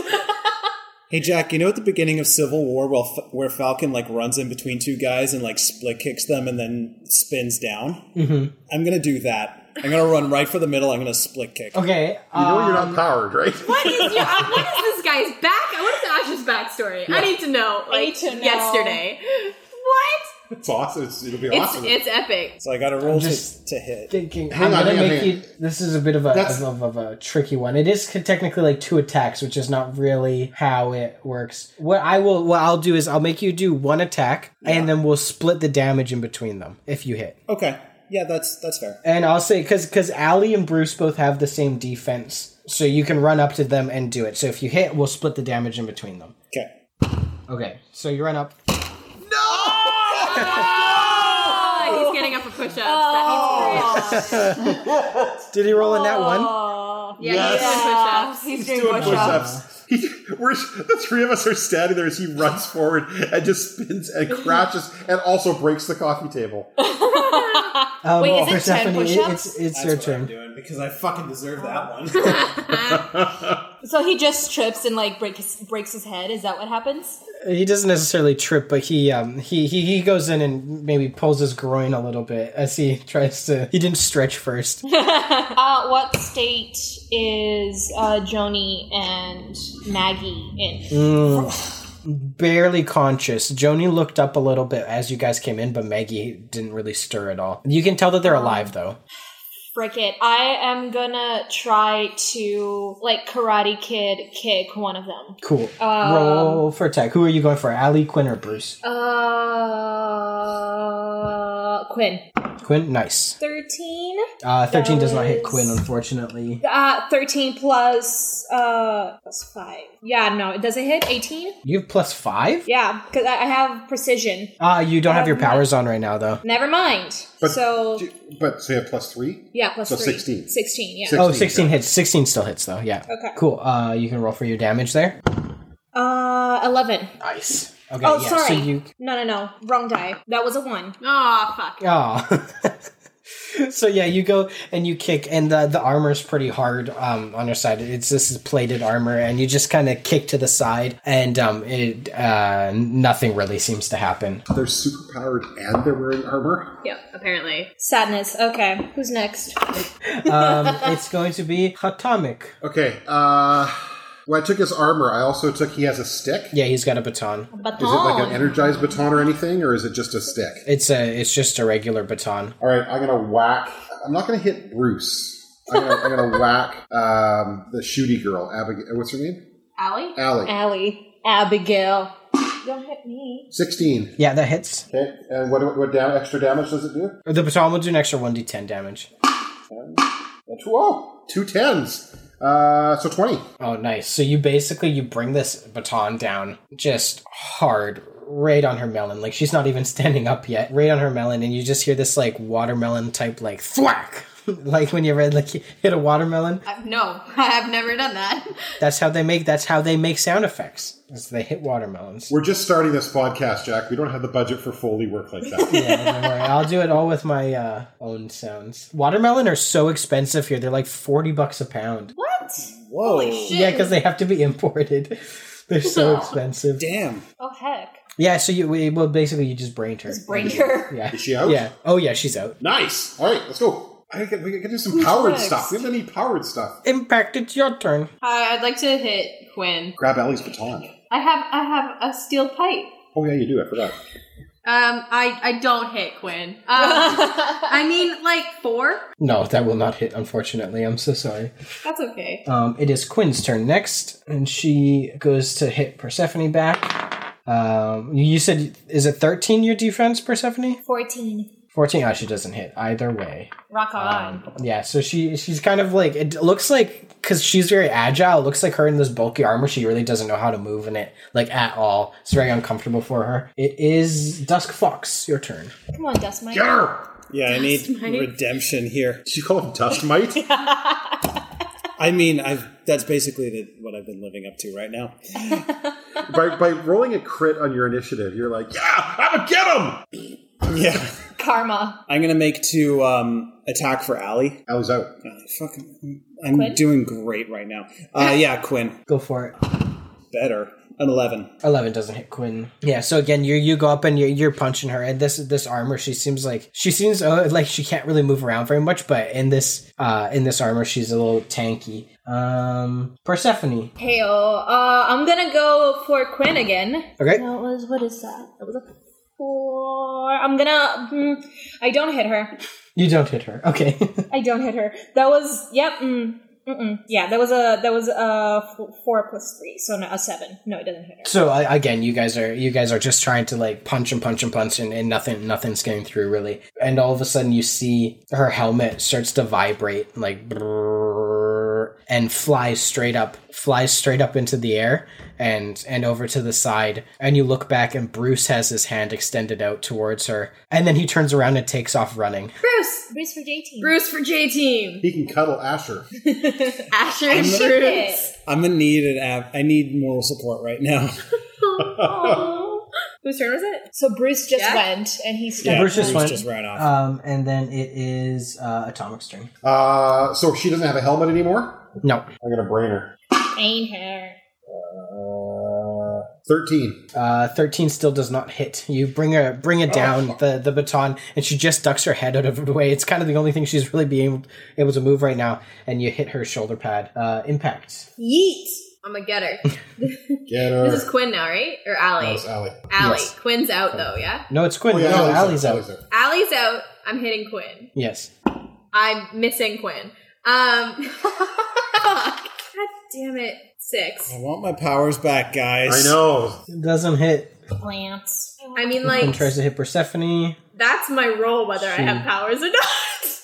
S6: Hey, Jack, you know at the beginning of Civil War well, F- where Falcon, like, runs in between two guys and, like, split kicks them and then spins down? Mm-hmm. I'm going to do that. I'm going to run right for the middle. I'm going to split kick.
S1: Okay,
S2: You know
S1: uh,
S2: you're not powered, right?
S4: *laughs* what, is your, uh, what is this guy's back? I What is Ash's backstory? I need to know. Like,
S7: need to know.
S4: yesterday. What?
S2: It's awesome. It's, it'll be
S4: It's,
S2: awesome.
S4: it's epic.
S6: So I got to roll to,
S1: just-
S6: to hit.
S1: thinking
S2: Hang
S1: I'm
S2: on,
S1: gonna
S2: hang on,
S1: make
S2: hang
S1: you. This is a bit of a
S2: That's-
S1: of, of a tricky one. It is technically like two attacks, which is not really how it works. What I will what I'll do is I'll make you do one *laughs* attack, and then we'll split the damage in between them if you hit.
S6: Okay. Yeah, that's that's fair.
S1: And I'll say because because Allie and Bruce both have the same defense, so you can run up to them and do it. So if you hit, we'll split the damage in between them.
S6: Okay.
S1: Okay, so you run up.
S4: Oh, he's getting up a push up.
S1: *laughs* Did he roll in that one?
S4: yeah, he's
S2: He's
S4: doing push ups.
S5: He's
S2: doing
S5: doing
S2: push ups.
S5: push-ups. He, we're, the three of us are standing there as he runs forward and just spins and crashes and also breaks the coffee table.
S1: Um,
S2: Wait, is
S1: for
S2: it 10
S1: Stephanie,
S2: push-ups?
S1: It's, it's
S6: That's
S1: your
S6: what I'm
S1: turn.
S6: doing because I fucking deserve that one.
S2: So he just trips and like break his, breaks his head. Is that what happens? *laughs*
S1: He doesn't necessarily trip, but he um he, he he goes in and maybe pulls his groin a little bit as he tries to. He didn't stretch first. *laughs*
S2: Uh, what state is uh, Joni and Maggie in?
S1: barely conscious. Joni looked up a little bit as you guys came in, but Maggie didn't really stir at all. You can tell that they're alive though.
S2: Frick it. I am gonna try to like Karate Kid kick one of them.
S1: Cool.
S7: Um,
S1: Roll for tech. Who are you going for? Allie, Quinn, or Bruce?
S4: Uh, Quinn.
S1: Quinn, nice.
S7: 13?
S1: Uh, Thirteen does not hit
S7: was-
S1: Quinn, unfortunately.
S7: Uh, 13 plus, uh, plus 5. Yeah, no, does it hit 18?
S1: You have plus five.
S7: Yeah, Um, because I I have precision.
S1: Uh, you don't have your powers on right now though.
S7: Never mind.
S5: But-
S7: so,
S5: But so you have plus three?
S7: yeah, plus
S5: so
S7: three.
S5: 16.
S7: 16, yeah.
S1: Oh, 16 hits. 16 still hits though. Yeah.
S7: Okay.
S1: Cool. Uh, you can roll for your damage there.
S7: Uh, 11.
S1: Nice. Okay.
S7: Oh,
S1: yeah,
S7: sorry.
S1: So you.
S7: No, no, no. Wrong die. That was a 1.
S4: Oh, fuck.
S1: Oh. *laughs* so yeah, you go and you kick, and the the armor's pretty hard um, on your side. It's this is plated armor, and you just kind of kick to the side, and um, it uh, nothing really seems to happen.
S5: They're super powered and they're wearing armor.
S4: Yeah, apparently.
S7: Sadness. Okay. Who's next?
S1: Um, it's going to be Hatomic.
S5: Okay. Uh, well, I took his armor. I also took he has a stick.
S1: Yeah, he's got a baton.
S2: Baton.
S5: Is it
S7: Oh.
S5: like an energized baton or anything, or is it just a stick?
S1: It's a it's just a regular baton.
S5: All right, I'm gonna whack. I'm not gonna hit Bruce. I'm gonna, I'm gonna whack um, the shooty girl, Abigail. What's her name?
S4: Allie?
S5: Allie.
S2: Allie. Abigail. Don't hit me.
S5: Sixteen.
S1: Yeah, that hits.
S5: Okay, and what what dam- extra damage does it do?
S1: The baton will do an extra one d10 damage.
S5: That's- Whoa, two tens. Uh, so twenty.
S1: Oh, nice. So you basically you bring this baton down just hard right on her melon. Like she's not even *laughs* standing up yet. Right on her melon and you just hear this like watermelon type like thwack. *laughs* like when you read like you hit a watermelon.
S4: Uh, no, *laughs* I've never done that. *laughs*
S1: That's how they make that's how they make sound effects. Is they hit
S4: *laughs*
S1: watermelons.
S5: We're just starting this podcast, Jack. We don't have the budget for Foley work like that.
S1: *laughs* Yeah, don't worry. I'll do it all with my uh, own sounds. Watermelon are so expensive here. They're like 40 bucks a pound.
S4: What?
S6: Whoa.
S4: Holy shit.
S1: Yeah, because they have to be imported. *laughs* They're
S4: *laughs*
S1: so expensive.
S6: Damn.
S2: Oh heck.
S1: Yeah, so you we- well basically you just brained her.
S2: Bring her.
S1: Yeah.
S5: Is she out?
S1: Yeah. Oh yeah, she's out.
S5: Nice. All right, let's go. I can, we can do some powered
S2: next?
S5: stuff. We haven't any powered stuff.
S1: Impact, it's your turn.
S4: Hi, I'd like to hit Quinn.
S5: Grab Ellie's baton.
S4: I have I have a steel pipe.
S5: Oh yeah, you do. I forgot.
S4: Um, I I don't hit Quinn. *laughs* Um, I mean, like four.
S1: No, that will not hit, unfortunately. I'm so sorry.
S4: That's okay.
S1: Um, it is Quinn's turn next, and she goes to hit Persephone back. Um, you said is it 13 your defense, Persephone?
S2: 14.
S1: 14. Oh, she doesn't hit either way.
S2: Rock on.
S5: Um,
S1: Yeah, so she she's kind of like it looks like because she's very agile. It looks like her in this bulky armor, she really doesn't know how to move in it like at all. It's very uncomfortable for her. It is Dusk Fox. Your turn.
S2: Come on, Dust Mite.
S5: Get her.
S6: Yeah, I need redemption here.
S5: Did you call him Dust
S3: *laughs*
S5: Mite?
S6: I mean, I've that's basically the, what I've been living up to right now.
S5: by, by rolling a crit on your initiative, you're like, yeah, I'm gonna get him.
S6: Yeah.
S2: Karma.
S6: I'm gonna make two um, attack for Allie.
S5: Allie's out.
S6: Uh, fucking, I'm doing great right now. Uh, yeah, Quinn,
S1: Go for it.
S6: better. An eleven.
S1: 11 doesn't hit Quinn. Yeah, so again, you you go up and you're, you're punching her, and this this armor, she seems like she seems uh, like she can't really move around very much, but in this uh in this armor, she's a little tanky. Um, Persephone.
S7: Hey, oh, uh, I'm gonna go for Quinn again.
S1: Okay,
S7: That was, what is that? That was a four. I'm gonna, mm, I don't hit her.
S1: you don't hit her. Okay, *laughs*
S7: I don't hit her. That was, yep, mm, mm-mm. Yeah, that was a, that was a f- four plus three, so no, a seven. No, it doesn't hit her.
S1: so uh, again, you guys are you guys are just trying to like punch and punch and punch, and, and nothing nothing's getting through really. And all of a sudden, you see her helmet starts to vibrate, like. brrrr,
S3: and flies straight up, flies straight up into the air and and over to the side. And you look back, and Bruce has his hand extended out towards her, and then he turns around and takes off running.
S4: Bruce!
S9: Bruce for
S5: *laughs*
S9: JT.
S4: Bruce for J Team.
S5: He can cuddle Asher.
S4: Asher and
S9: Ship
S4: Bruce.
S9: it.
S6: I'm gonna need an app. I need moral support right now.
S4: Aw. Whose turn was it?
S7: So Bruce just
S4: Yeah.
S7: went and he
S6: Yeah,
S7: stepped.
S3: Bruce just
S6: Bruce
S3: went.
S6: just ran off.
S3: Um, and then it is uh, Atomic's turn.
S5: Uh, so she doesn't have a helmet anymore.
S3: No,
S5: I'm gonna brain her.
S7: Ain't her.
S5: Uh, Thirteen.
S3: uh, thirteen still does not hit. You bring her, bring it down the the baton, and she just ducks her head out of the way. It's kind of the only thing she's really being able to move right now. And you hit her shoulder pad. Uh, impact.
S9: Yeet.
S4: I'm gonna get her.
S5: Get
S4: This is
S5: her.
S4: Quinn now, right? Or
S5: No,
S4: Allie?
S5: it's Allie.
S4: Allie.
S3: Yes.
S4: Quinn's out though, yeah?
S3: No, it's Quinn.
S5: Oh, yeah,
S3: no,
S5: Allie's
S3: Allie's
S5: there.
S3: out.
S5: Allie's there.
S4: Allie's out. I'm hitting Quinn.
S3: Yes.
S4: I'm missing Quinn. Um. *laughs* fuck. God damn it. Six.
S6: I want my powers back, guys.
S5: I know.
S3: It doesn't hit.
S7: Plants.
S4: I mean,
S3: Quinn
S4: like,
S3: tries to hit Persephone.
S4: that's my role whether I
S3: Shoot.
S4: have powers or *laughs* not.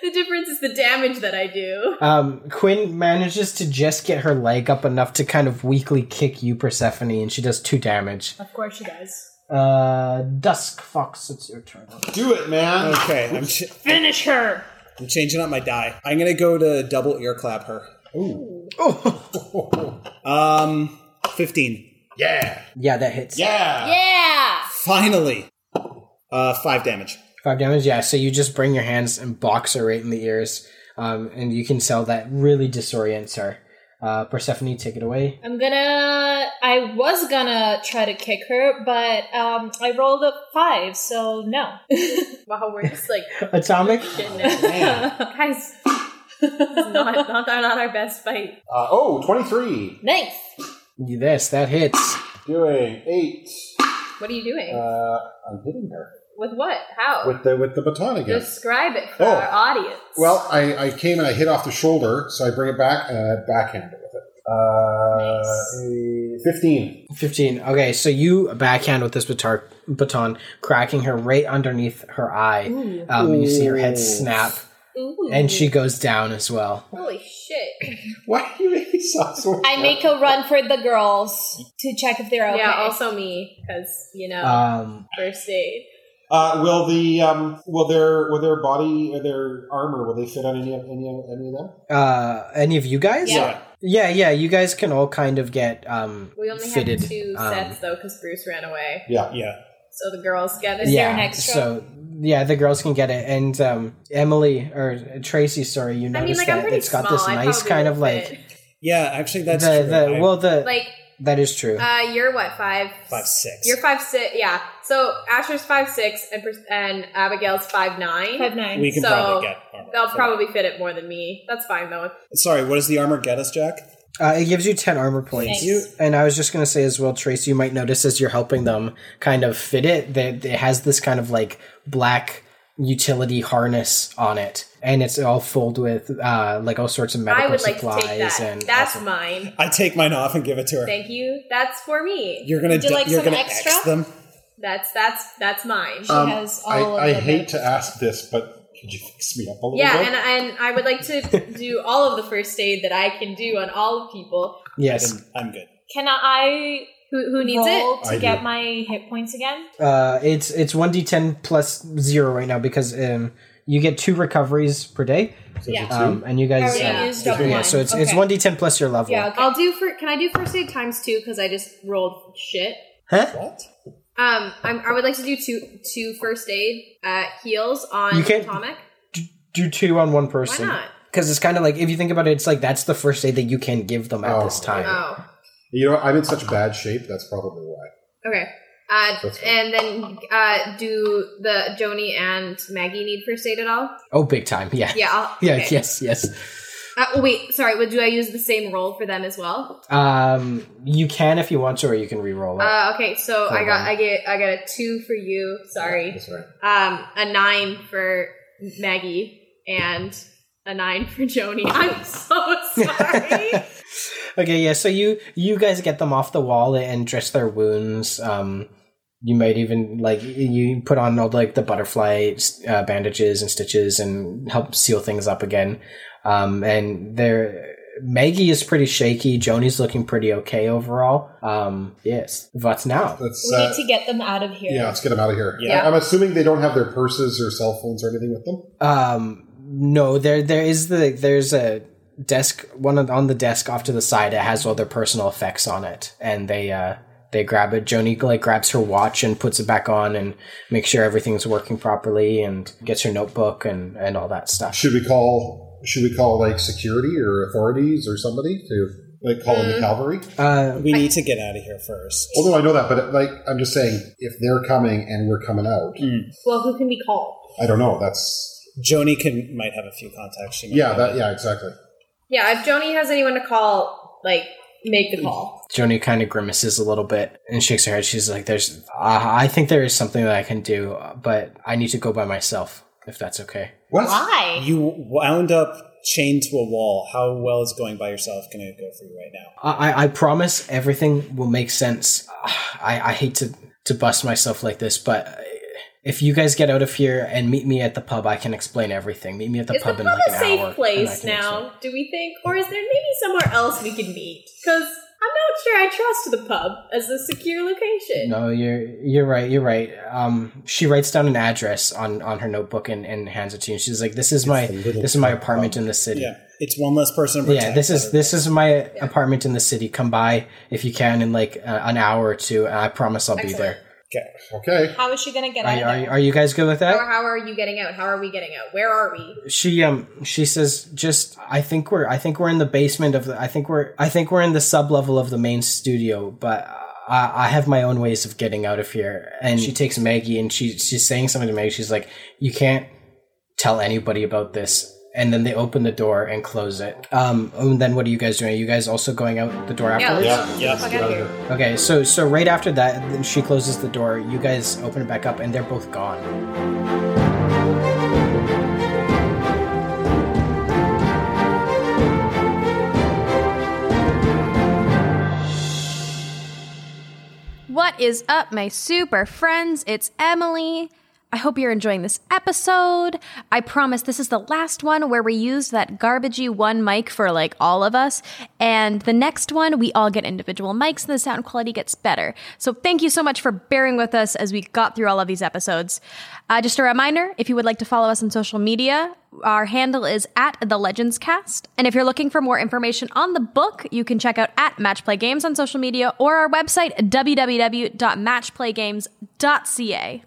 S4: the difference is the damage that I do.
S3: Um, Quinn manages to just get her leg up enough to kind of weakly kick you, Persephone, and she does two damage.
S7: Of course she does.
S3: Uh, Dusk Fox, it's your turn.
S5: Do it, man.
S6: Okay, I'm, ch-
S7: Finish her.
S6: I'm changing up my die. I'm gonna go to double ear clap her. Ooh. *laughs* um, fifteen.
S5: Yeah.
S3: Yeah, that hits.
S5: Yeah.
S7: Yeah.
S6: Finally, uh, five damage.
S3: Five damage. Yeah, so you just bring your hands and box her right in the ears, um, and you can tell that really disorients her. Uh, Persephone, take it away.
S7: I'm gonna. I was gonna try to kick her, but um, I rolled a five, so no. *laughs*
S4: Wow, we're just like
S3: Atomic.
S4: shit
S5: Oh,
S4: now. Guys, this is not, not, not our best fight.
S5: Uh, oh, 23.
S7: nice.
S3: This that hits.
S5: Doing eight.
S4: What are you doing?
S5: Uh, I'm hitting her
S4: with what? How?
S5: with the with the baton again.
S4: Describe it for
S5: Oh.
S4: our audience.
S5: Well, I, I came and I hit off the shoulder, so I bring it back and I backhand it with it. Uh, a Fifteen.
S3: 15. Okay, so you backhand with this batar- baton, cracking her right underneath her eye. Um, and you see her head snap,
S4: Ooh.
S3: and she goes down as well.
S4: Holy shit.
S5: Why do you make me sound so?
S7: I make a run for the girls to check if they're okay.
S4: Yeah, also me, because, you know,
S3: Um,
S4: first aid.
S5: Uh, will the um, will their will their body or their armor will they fit on any of any of any of them?
S3: uh, any of you guys?
S7: Yeah.
S3: yeah, yeah, You guys can all kind of get um,
S4: We only
S3: fitted.
S4: have two
S3: um,
S4: sets, though, because Bruce ran away.
S5: Yeah.
S6: Yeah.
S4: So the girls get it.
S7: Is
S3: yeah,
S7: there an extra?
S3: so yeah, the girls can get it, and um, Emily or Tracy, sorry, you
S4: I mean,
S3: noticed
S4: like, I'm
S3: that
S4: pretty
S3: it's got
S4: small.
S3: this
S4: I
S3: nice
S4: probably
S3: kind
S4: would
S3: of like
S4: fit.
S6: Yeah, actually,
S3: the
S6: that's true.
S3: the
S6: I-
S3: well the
S4: Like,
S3: that is true.
S4: uh, you're what, five?
S6: five six.
S4: You're five six, yeah. So Asher's five six, and Pers- and Abigail's five nine.
S7: five nine.
S6: we can
S4: so
S6: probably get. Armor
S4: They'll
S6: for
S4: probably fit it more than me. That's fine though.
S6: that. Sorry, what does the armor get us, Jack?
S3: Uh, it gives you 10 armor points.
S7: Thanks. You-
S3: and I was just going to say as well, Trace, you might notice as you're helping them kind of fit it, that it has this kind of like black utility harness on it. And it's all filled with uh, like all sorts of medical
S4: I would like to
S3: supplies.
S4: take that.
S3: and
S4: That's
S3: also-
S4: mine.
S6: I take mine off and give it to her.
S4: Thank you. That's for me.
S6: You're gonna
S7: Would you
S6: d-
S7: like
S6: you're
S7: some
S6: gonna
S7: extra?
S6: X them.
S4: That's that's that's mine.
S7: She has all
S5: Um, I,
S7: of
S5: I
S7: the
S5: hate
S7: bits.
S5: to ask this, but could you fix me up a little
S4: Yeah,
S5: bit?
S4: and and I would like
S3: *laughs*
S4: to do all of the first aid that I can do on all the people
S3: Yes.
S6: I'm good.
S7: Can I
S4: who who needs it.
S7: roll
S5: I
S7: to
S5: do.
S7: get my hit points again?
S3: Uh, it's it's 1d10 plus zero right now because um, you get two recoveries per day.
S7: Yeah.
S3: Um, and you guys.
S7: already
S3: uh,
S7: used double
S3: yeah,
S7: one.
S3: so it's, it's
S7: Okay.
S3: 1d10 plus your level.
S7: Yeah. Okay.
S4: I'll do for. Can I do first aid times two? Because I just rolled shit.
S3: Huh?
S6: What?
S4: Um, I'm, I would like to do two two first aid uh, heals on
S3: You can't-
S4: Atomic.
S3: Do two on one
S4: Why
S3: person.
S4: not?
S3: Because it's kind of like, if you think about it, it's like that's the first aid that you can give them at
S5: Oh.
S3: this time.
S4: Oh,
S5: You know, I'm in such bad shape. That's probably why.
S4: okay. Uh,
S5: That's fine.
S4: and then uh, do the Joni and Maggie need first aid at all?
S3: Oh, big time. Yeah. *laughs*
S4: Yeah. I'll,
S3: Yeah,
S4: okay.
S3: yes, yes.
S4: Uh, oh, wait, sorry. Would do I use the same roll for them as well?
S3: Um, you can if you want to, or you can re-roll it.
S4: Uh, okay, so I
S3: Hold
S4: got
S3: on.
S4: I get I got a two for you. Sorry,
S5: That's right.
S4: um, a nine for Maggie and a nine
S7: *laughs*
S4: for Joni. I'm so sorry.
S3: *laughs* okay, yeah. So you you guys get them off the wall and dress their wounds. Um, you might even like you put on all like the butterfly uh, bandages and stitches and help seal things up again. Um, and there, Maggie is pretty shaky. Joni's looking pretty okay overall. Um, yes. What's now?
S5: That's,
S10: We
S5: uh,
S10: need to get them out of here.
S5: yeah, let's get them out of here.
S6: Yeah.
S5: I- I'm assuming they don't have their purses or cell phones or anything with them.
S3: Um, no, there there is the there's a desk one on- on the desk off to the side. It has all their personal effects on it, and they uh they grab it. Joni like grabs her watch and puts it back on and makes sure everything's working properly and gets her notebook and and all that stuff.
S5: Should we call? Should we call like security or authorities or somebody to like call in the cavalry?
S3: Uh,
S6: We need to get out of here first.
S5: Although I know that, but like I'm just saying, if they're coming and we're coming out,
S10: Well, who can we call?
S5: I don't know. That's
S6: Joni can might have a few contacts. She might
S5: yeah,
S6: have.
S5: that yeah, exactly.
S7: Yeah, if Joni has anyone to call, like, make the call.
S3: Joni kind of grimaces a little bit and shakes her head. She's like, "There's, uh, I think there is something that I can do, but I need to go by myself if that's okay."
S5: What?
S10: Why?
S6: You wound up chained to a wall. How well is going by yourself going to go for you right now?
S3: I, I- I promise everything will make sense. *sighs* I, I hate to, to bust myself like this, but if you guys get out of here and meet me at the pub, I can explain everything. Meet me at the
S7: Is the
S3: pub
S7: pub
S3: in like
S7: a
S3: an
S7: safe
S3: hour, and I
S7: place
S3: can explain.
S7: now, do we think? Or is there maybe somewhere else we can meet? Because I'm not sure I trust the pub as a secure location.
S3: No, you're you're right. You're right. Um, she writes down an address on, on her notebook and, and hands it to you. She's like, "This is my
S5: the little
S3: this is my
S5: pub.
S3: apartment in the city."
S6: Yeah, it's one less person. To
S3: yeah
S6: protect.
S3: this is this is my apartment in the city come by if you can in like uh, an hour or two and i promise i'll be there
S5: Okay.
S10: How is she gonna get
S3: are,
S10: out?
S3: are,
S10: of there?
S3: are you guys good with
S7: Or
S3: that
S7: how are you getting out? How are we getting out? Where are we?
S3: she um she says just i think we're i think we're in the basement of the i think we're i think we're in the sub level of the main studio but I, I have my own ways of getting out of here and she takes maggie and she she's saying something to maggie she's like you can't tell anybody about this and then they open the door and close it um and then what are you guys doing are you guys also going out the door afterwards
S5: Yeah.
S6: Yeah.
S7: Fuck out of here.
S3: Okay, so so right after that, then she closes the door. You guys open it back up, and they're both gone.
S4: What is up, my super friends? It's Emily. I hope you're enjoying this episode. I promise this is the last one where we used that garbagey one mic for like all of us. And the next one, we all get individual mics and the sound quality gets better. So thank you so much for bearing with us as we got through all of these episodes. Uh, just a reminder if you would like to follow us on social media, our handle is at the Legends Cast. And if you're looking for more information on the book, you can check out at Matchplay Games on social media or our website, www.matchplaygames.ca.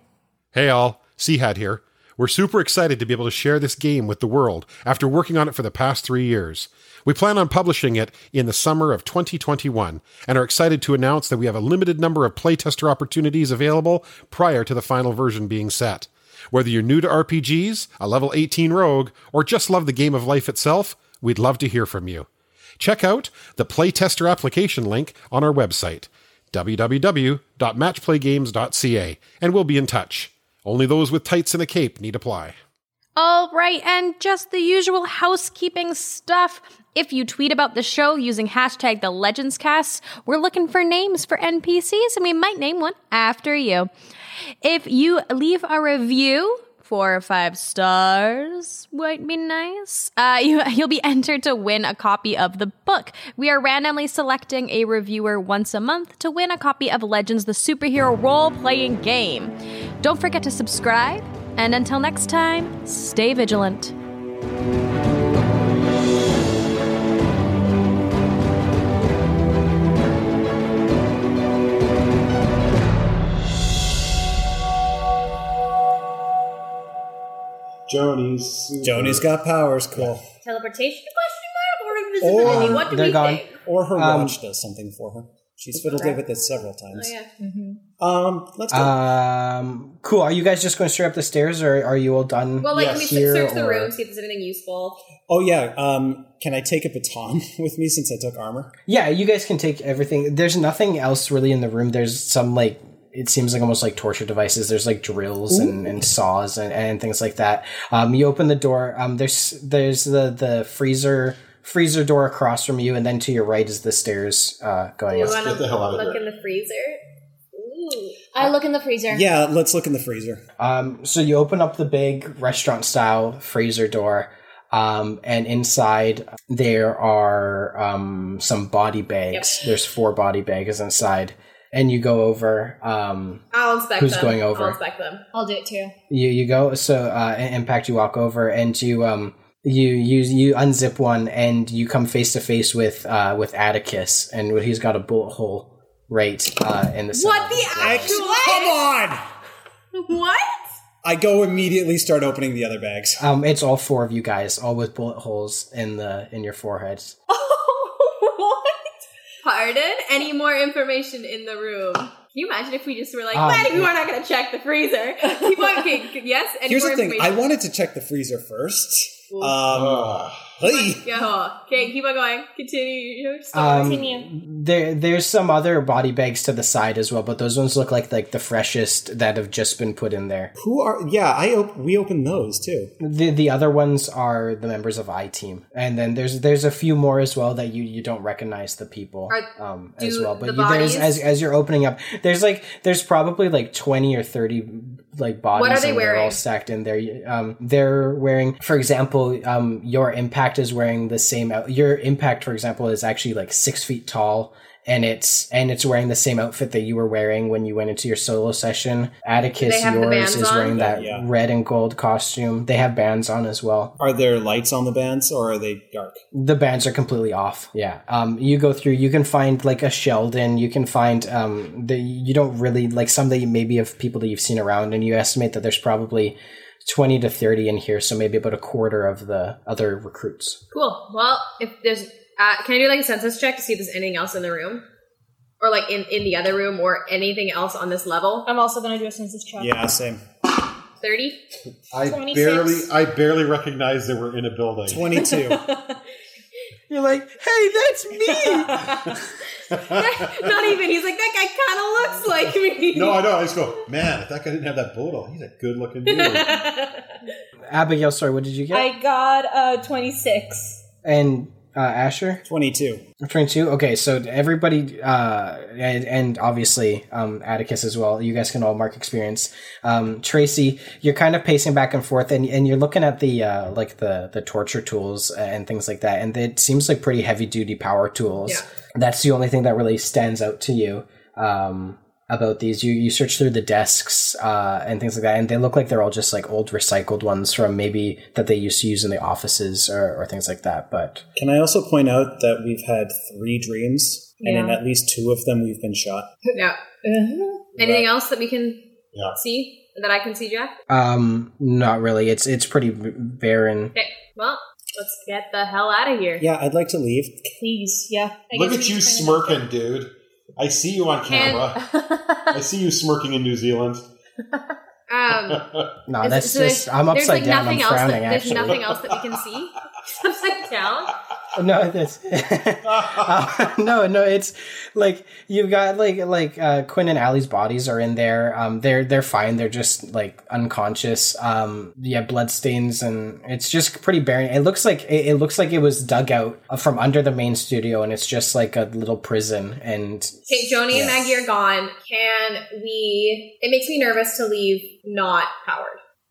S2: Hey all, Hat here. We're super excited to be able to share this game with the world after working on it for the past three years. We plan on publishing it in the summer of 2021 and are excited to announce that we have a limited number of playtester opportunities available prior to the final version being set. Whether you're new to RPGs, a level 18 rogue, or just love the game of life itself, we'd love to hear from you. Check out the playtester application link on our website, www.matchplaygames.ca, and we'll be in touch. Only those with tights and a cape need apply.
S4: All right, and just the usual housekeeping stuff. If you tweet about the show using hashtag the Legends Cast, we're looking for names for NPCs and we might name one after you. If you leave a review, four or five stars might be nice. Uh, you, *laughs* you'll be entered to win a copy of the book. We are randomly selecting a reviewer once a month to win a copy of Legends, the superhero role playing game. Don't forget to subscribe, and until next time, stay vigilant.
S5: Joni's.
S6: Joni's got powers. Cool.
S7: Teleportation question
S6: Or
S7: mark or invisibility? What do
S3: they're
S7: we
S3: gone.
S7: think?
S6: Or her
S3: Um,
S6: watch does something for her. She's fiddled it with it several times.
S7: Oh, yeah.
S6: Um, let's go.
S3: Uh, Um, cool. Are you guys just going straight up the stairs, or are you all done?
S7: Well, like,
S5: Yes,
S7: can we
S3: here
S7: search the
S3: or-
S7: room, see if there's anything useful?
S6: oh yeah. Um, can I take a baton *laughs* with me since I took armor?
S3: yeah, you guys can take everything. There's nothing else really in the room. There's some like it seems like almost like torture devices. There's like drills and, and saws and, and things like that. Um, you open the door. Um, there's there's the the freezer freezer door across from you, and then to your right is the stairs uh, going.
S7: We
S3: up.
S7: want to
S5: get the hell out of
S7: look
S5: here.
S7: in the freezer. Ooh.
S10: I look in the freezer.
S6: Yeah. Let's look in the freezer.
S3: Um, so you open up the big restaurant style freezer door, Um, and inside there are um, some body bags. There's four body bags inside, and you go over. Um,
S7: I'll inspect
S3: Who's
S7: them.
S3: going over?
S7: I'll inspect them.
S11: I'll do it too.
S3: you you go so uh, I- impact. You walk over and you um you you you unzip one and you come face to face with uh, with Atticus, and he's got a bullet hole right uh, in the center.
S7: What the
S6: Ex-
S7: actual?
S6: Come on!
S7: *laughs* What? *laughs*
S6: I go immediately start opening the other bags.
S3: Um, it's all four of you guys, all with bullet holes in the in your foreheads.
S7: what? Pardon? Any more information in the room? Can you imagine if we just were like,
S3: Um,
S7: Maddie, we are not going to check the freezer. Keep on, okay, yes? Any
S6: Here's
S7: more
S6: the thing. I
S7: information?
S6: wanted to check the freezer first.
S7: Ooh.
S6: Um,
S5: Ugh.
S6: hey.
S7: Go. Okay, keep on going. Continue. your story.
S3: Um, there, there's some other body bags to the side as well, but those ones look like like the freshest that have just been put in there.
S6: Who are? Yeah, I op- we opened those too.
S3: The the other ones are the members of I Team, and then there's there's a few more as well that you you don't recognize the people
S7: Are-
S3: um,
S7: do
S3: as well. But
S7: the
S3: you, there's
S7: bodies-
S3: as as you're opening up, there's like there's probably like twenty or thirty like bodies.
S7: What are they
S3: and they're
S7: wearing?
S3: All stacked in there. You- Um, they're wearing, for example, um, your impact is wearing the same. out- Your impact, for example, is actually like six feet tall. And it's and it's wearing the same outfit that you were wearing when you went into your solo session. Atticus,
S7: have the
S3: yours
S7: bands
S3: is
S7: on?
S3: wearing that
S6: Yeah.
S3: red and gold costume. They have bands on as well.
S6: Are there lights on the bands or are they dark?
S3: The bands are completely off. Yeah. Um, you go through, you can find like a Sheldon, you can find, um, the, you don't really, like some that you maybe of people that you've seen around, and you estimate that there's probably 20 to 30 in here, so maybe about a quarter of the other recruits.
S7: cool. Well, if there's. Uh, can I do like a census check to see if there's anything else in the room? Or like in, in the other room or anything else on this level?
S12: I'm also gonna do a census check.
S6: Yeah, same.
S7: 30?
S5: I
S12: 26.
S5: barely, I barely recognized they were in a building.
S6: Twenty-two.
S7: *laughs*
S3: You're like, hey, that's me!
S7: *laughs* Not even. He's like, that guy kind of looks like me.
S5: no, I know. I just go, man. If that guy didn't have that bullet, hole, he's a good-looking
S7: *laughs*
S5: dude.
S3: *laughs* Abigail, sorry, what did you
S12: *laughs*
S3: get?
S12: I got uh
S7: *laughs*
S12: 26.
S3: and uh, Asher?
S6: Twenty-two.
S3: 22 okay so everybody uh and, and obviously um atticus as well you guys can all mark experience um tracy you're kind of pacing back and forth and, and you're looking at the uh like the the torture tools and things like that and it seems like pretty heavy duty power tools
S7: Yeah.
S3: that's the only thing that really stands out to you um about these you you search through the desks uh and things like that and they look like they're all just like old recycled ones from maybe that they used to use in the offices or, or things like that but
S6: Can I also point out that we've had three dreams, and in
S11: Yeah.
S6: at least two of them we've been shot.
S7: Yeah. Anything
S6: Right.
S7: else that we can
S5: Yeah.
S7: see? That I can see, Jack?
S3: Um, not really. It's it's pretty b- barren.
S7: Okay. Well, let's get the hell out of here.
S6: Yeah, I'd like to leave.
S12: Please, yeah. I
S5: Look
S12: guess
S5: at
S12: we
S5: you
S12: just kinda-
S5: smirking, dude. I see you on
S7: And, *laughs*
S5: camera. I see you smirking in New Zealand. *laughs*
S7: um,
S3: No,
S7: is-
S3: that's
S7: so there's-
S3: just I'm
S7: there's,
S3: upside
S7: like,
S3: down. I'm
S7: nothing else
S3: frowning.
S7: that, there's
S3: actually,
S7: nothing else that we can see. *laughs* upside down.
S3: Oh, no, this. Uh, *laughs* no, no, it's like you've got like like uh, Quinn and Allie's bodies are in there. Um, they're they're fine. They're just like unconscious. Um, yeah, bloodstains and it's just pretty barren. It looks like it, it looks like it was dug out uh, from under the main studio, and it's just like a little prison. And
S7: Okay, Joni and Maggie are gone. Can we? It makes me nervous to leave not powered.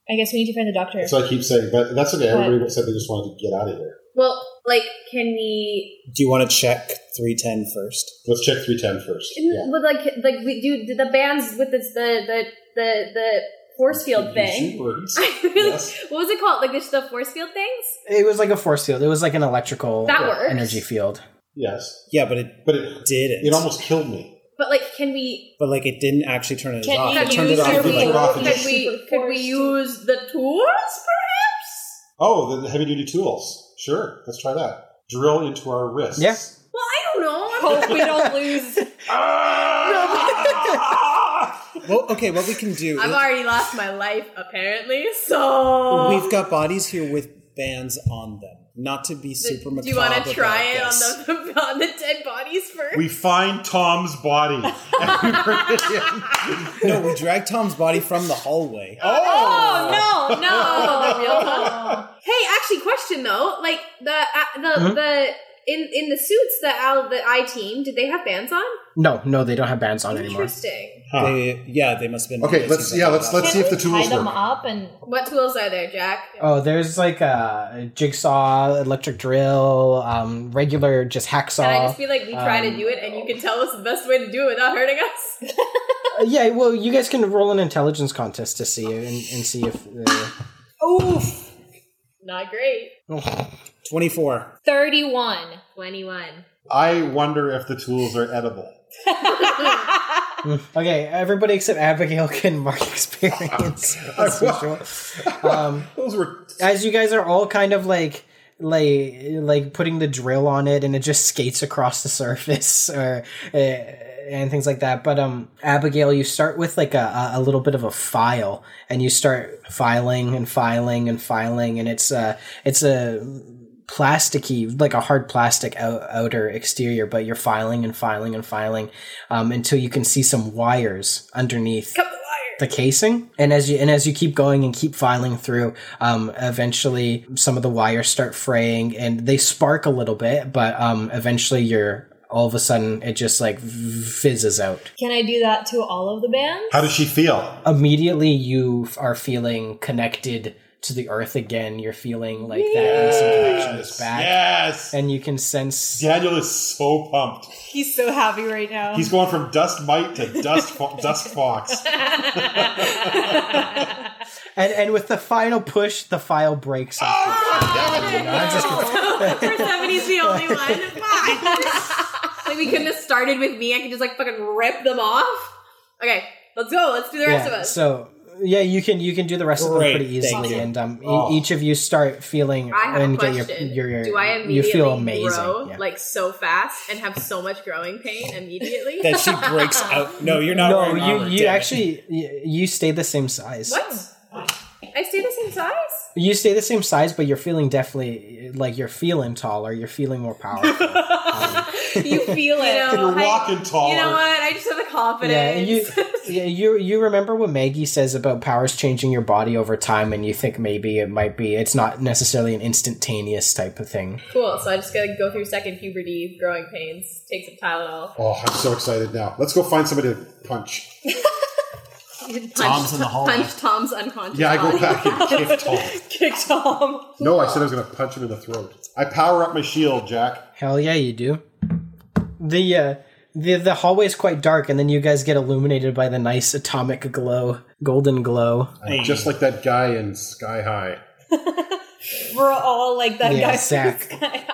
S12: I guess we need to find the doctor.
S5: That's what I keep saying, but that's okay.
S12: What?
S5: Everybody said they just wanted to get out of here.
S7: Well, like, can we?
S6: Do you want to check 310 first?
S5: Let's check 310 first. Yeah.
S7: But like, like we do the bands with this, the the the the force field thing.
S5: Shooters.
S7: *laughs* I really-
S5: Yes.
S7: What was it called? Like this, the force field things.
S3: it was like a force field. It was like an electrical
S7: That works.
S3: energy field.
S5: Yes.
S6: Yeah, but it
S5: But it,
S6: didn't.
S5: it almost killed me.
S7: But like, can we?
S6: but like it didn't actually turn it
S11: Can
S6: off.
S11: you
S6: It turned
S11: use
S6: it off.
S5: your
S7: Could
S6: and
S7: we,
S6: turned it off and
S7: could
S6: just-
S7: we, could we use the tools, perhaps?
S5: Oh, the heavy duty tools. Sure. Let's try that. Drill into our wrists.
S3: Yeah.
S7: Well, I don't know. I'm
S11: Hope we don't lose.
S6: well, okay, what we can
S7: *laughs*
S6: do
S7: I've
S6: is-
S7: already lost my life, apparently. So
S6: we've got bodies here with bands on them. Not to be super
S7: do
S6: macabre.
S7: you want to try it on
S6: the?
S7: the *laughs* on the dead bodies first?
S5: *laughs* We find Tom's
S7: *laughs*
S5: body. *laughs*
S6: No, we dragged Tom's body from the hallway.
S11: oh no,
S7: no,
S11: no.
S7: *laughs* real
S9: *laughs*
S7: talk. Hey, actually, question though,
S5: Hmm?
S7: like the uh, the the in in the suits that Al the I team did they have bands on?
S1: No, no, they don't have bands on anymore.
S9: Interesting.
S6: They, yeah, they must have been.
S5: Okay, let's yeah, let's let's
S7: Can
S5: see if
S7: we
S5: the tools
S7: tie them
S5: work. Uh,
S7: up and
S9: What tools are there, Jack?
S1: Oh, there's like a jigsaw, electric drill, um, regular just hacksaw.
S9: Can I just feel like we try to
S1: um,
S9: do it and you can tell us the best way to do it without hurting us?
S1: Uh, yeah, well, you guys can roll an intelligence contest to see and, and see if. Uh,
S7: oof,
S9: Not great.
S6: Twenty-four.
S7: *laughs* thirty-one.
S9: 21.
S5: I wonder if the tools are edible.
S1: okay, everybody except Abigail can
S3: *laughs*
S1: mark experience. That's for sure. Um,
S5: Those were
S1: as you guys are all kind of like like like putting the drill on it and it just skates across the surface *laughs* or uh, and things like that but um abigail you start with like a, a- a little bit of a file and you start filing and filing and filing and it's uh it's a plasticky like a hard plastic out, outer exterior but you're filing and filing and filing um, until you can see some wires underneath the casing and as you and as you keep going and keep filing through um, eventually some of the wires start fraying and they spark a little bit but um, eventually you're all of a sudden it just like fizzes out
S7: Can I do that to all of the bands?
S5: How does she feel?
S1: immediately you f- are feeling connected to the earth again you're feeling like that instant connection is back
S5: Yes.
S1: and you can sense
S5: Daniel is so pumped.
S7: He's so happy right now.
S5: He's going from dust mite to dust
S7: *laughs*
S5: fo- dust fox.
S1: and and with the final push the file breaks I'm just kidding.
S9: Seventy's the only one. Fuck. like we couldn't have started with me. I could just like fucking rip them off. Okay, let's go. Let's do the rest of
S1: yeah,
S9: us.
S1: so yeah, you can you can do the rest of them
S6: Great,
S1: pretty
S6: thank
S1: easily,
S6: you.
S1: and um, e-
S6: Oh.
S1: each of you start feeling
S9: I have
S1: and
S9: a
S1: get your,
S9: question.
S1: your, your
S9: do I immediately
S1: you feel amazing.
S9: grow
S1: yeah.
S9: like so fast and have so much growing pain immediately? *laughs*
S6: That she *laughs* breaks out. No, you're not.
S1: no,
S6: wearing
S1: you
S6: armor,
S1: you
S6: damn it.
S1: actually you, you stay the same size.
S9: what? I stay the same size.
S1: You stay the same size, but you're feeling definitely like you're feeling taller. You're feeling more
S9: *laughs*
S1: powerful.
S7: you feel
S9: You
S7: it.
S9: know,
S5: You're
S9: I-
S5: walking taller.
S9: You know what? I just have the confidence.
S1: yeah, and you yeah, you you remember what Maggie says about powers changing your body over time, and you think maybe it might be it's not necessarily an instantaneous type of thing.
S9: cool. So I just gotta go through second puberty, growing pains, take some Tylenol.
S5: Oh, I'm so excited now. Let's go find somebody to punch.
S9: *laughs* Punch,
S6: in the hallway.
S9: punch Tom's unconscious. *laughs*
S5: Yeah, I go
S9: body.
S5: back
S7: *laughs*
S5: and kick Tom.
S7: Kick Tom.
S5: No, I said I was going to punch him in the throat. I power up my shield, Jack.
S1: Hell yeah, you do. The uh, the the hallway is quite dark, and then you guys get illuminated by the nice atomic glow, golden glow.
S5: I'm just like that guy in Sky High.
S7: We're all like that
S1: Yeah,
S3: *laughs*
S7: guy.
S1: Zach.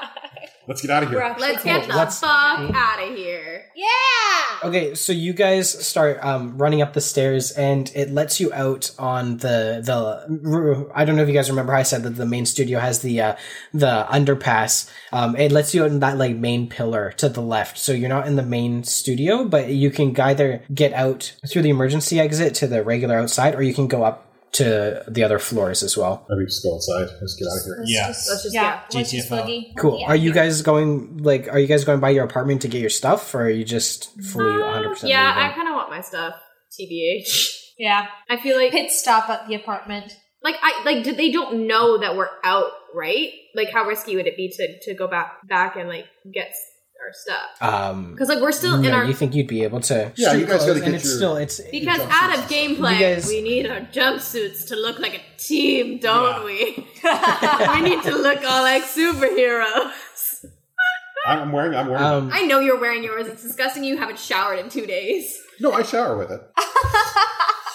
S5: Let's get out of here.
S9: Let's get the
S1: Let's-
S9: fuck out of here.
S5: Oh,
S1: Okay, so you guys start um, running up the stairs, and it lets you out on the the. I don't know if you guys remember. how I said that the main studio has the uh, the underpass. Um, it lets you out in that like main pillar to the left, so you're not in the main studio, but you can either get out through the emergency exit to the regular outside, or you can go up to the other floors as well.
S5: I mean, just go outside. Let's get out of here.
S6: Yes.
S9: Let's just
S7: Yeah,
S9: yeah.
S7: let's just
S6: GTFO.
S7: boogie.
S1: Cool. Are you guys going like? Are you guys going by your apartment to get your stuff, or are you just fully 100? percent
S9: Um, Yeah, I kind of want my stuff. TBH.
S7: Yeah.
S9: I feel like
S7: Pit stop at the apartment.
S9: like I like did- they don't know that we're out, right? Like how risky would it be to to go back back and like get s- our stuff?
S6: Uh,
S1: um.
S9: Because like we're still
S1: No,
S9: in our
S1: you think you'd be able to?
S5: Yeah, you guys gotta
S1: clothes, and
S5: get
S1: it's
S5: your-
S1: still it's
S9: because out of gameplay,
S1: You guys-
S9: we need our jumpsuits to look like a team, don't we? *laughs* we need to look all like superheroes.
S5: I'm wearing. I'm wearing.
S1: um.
S9: I know you're wearing yours. It's disgusting. You haven't showered in two days. *laughs*
S5: no, I shower
S1: *laughs*
S5: with it.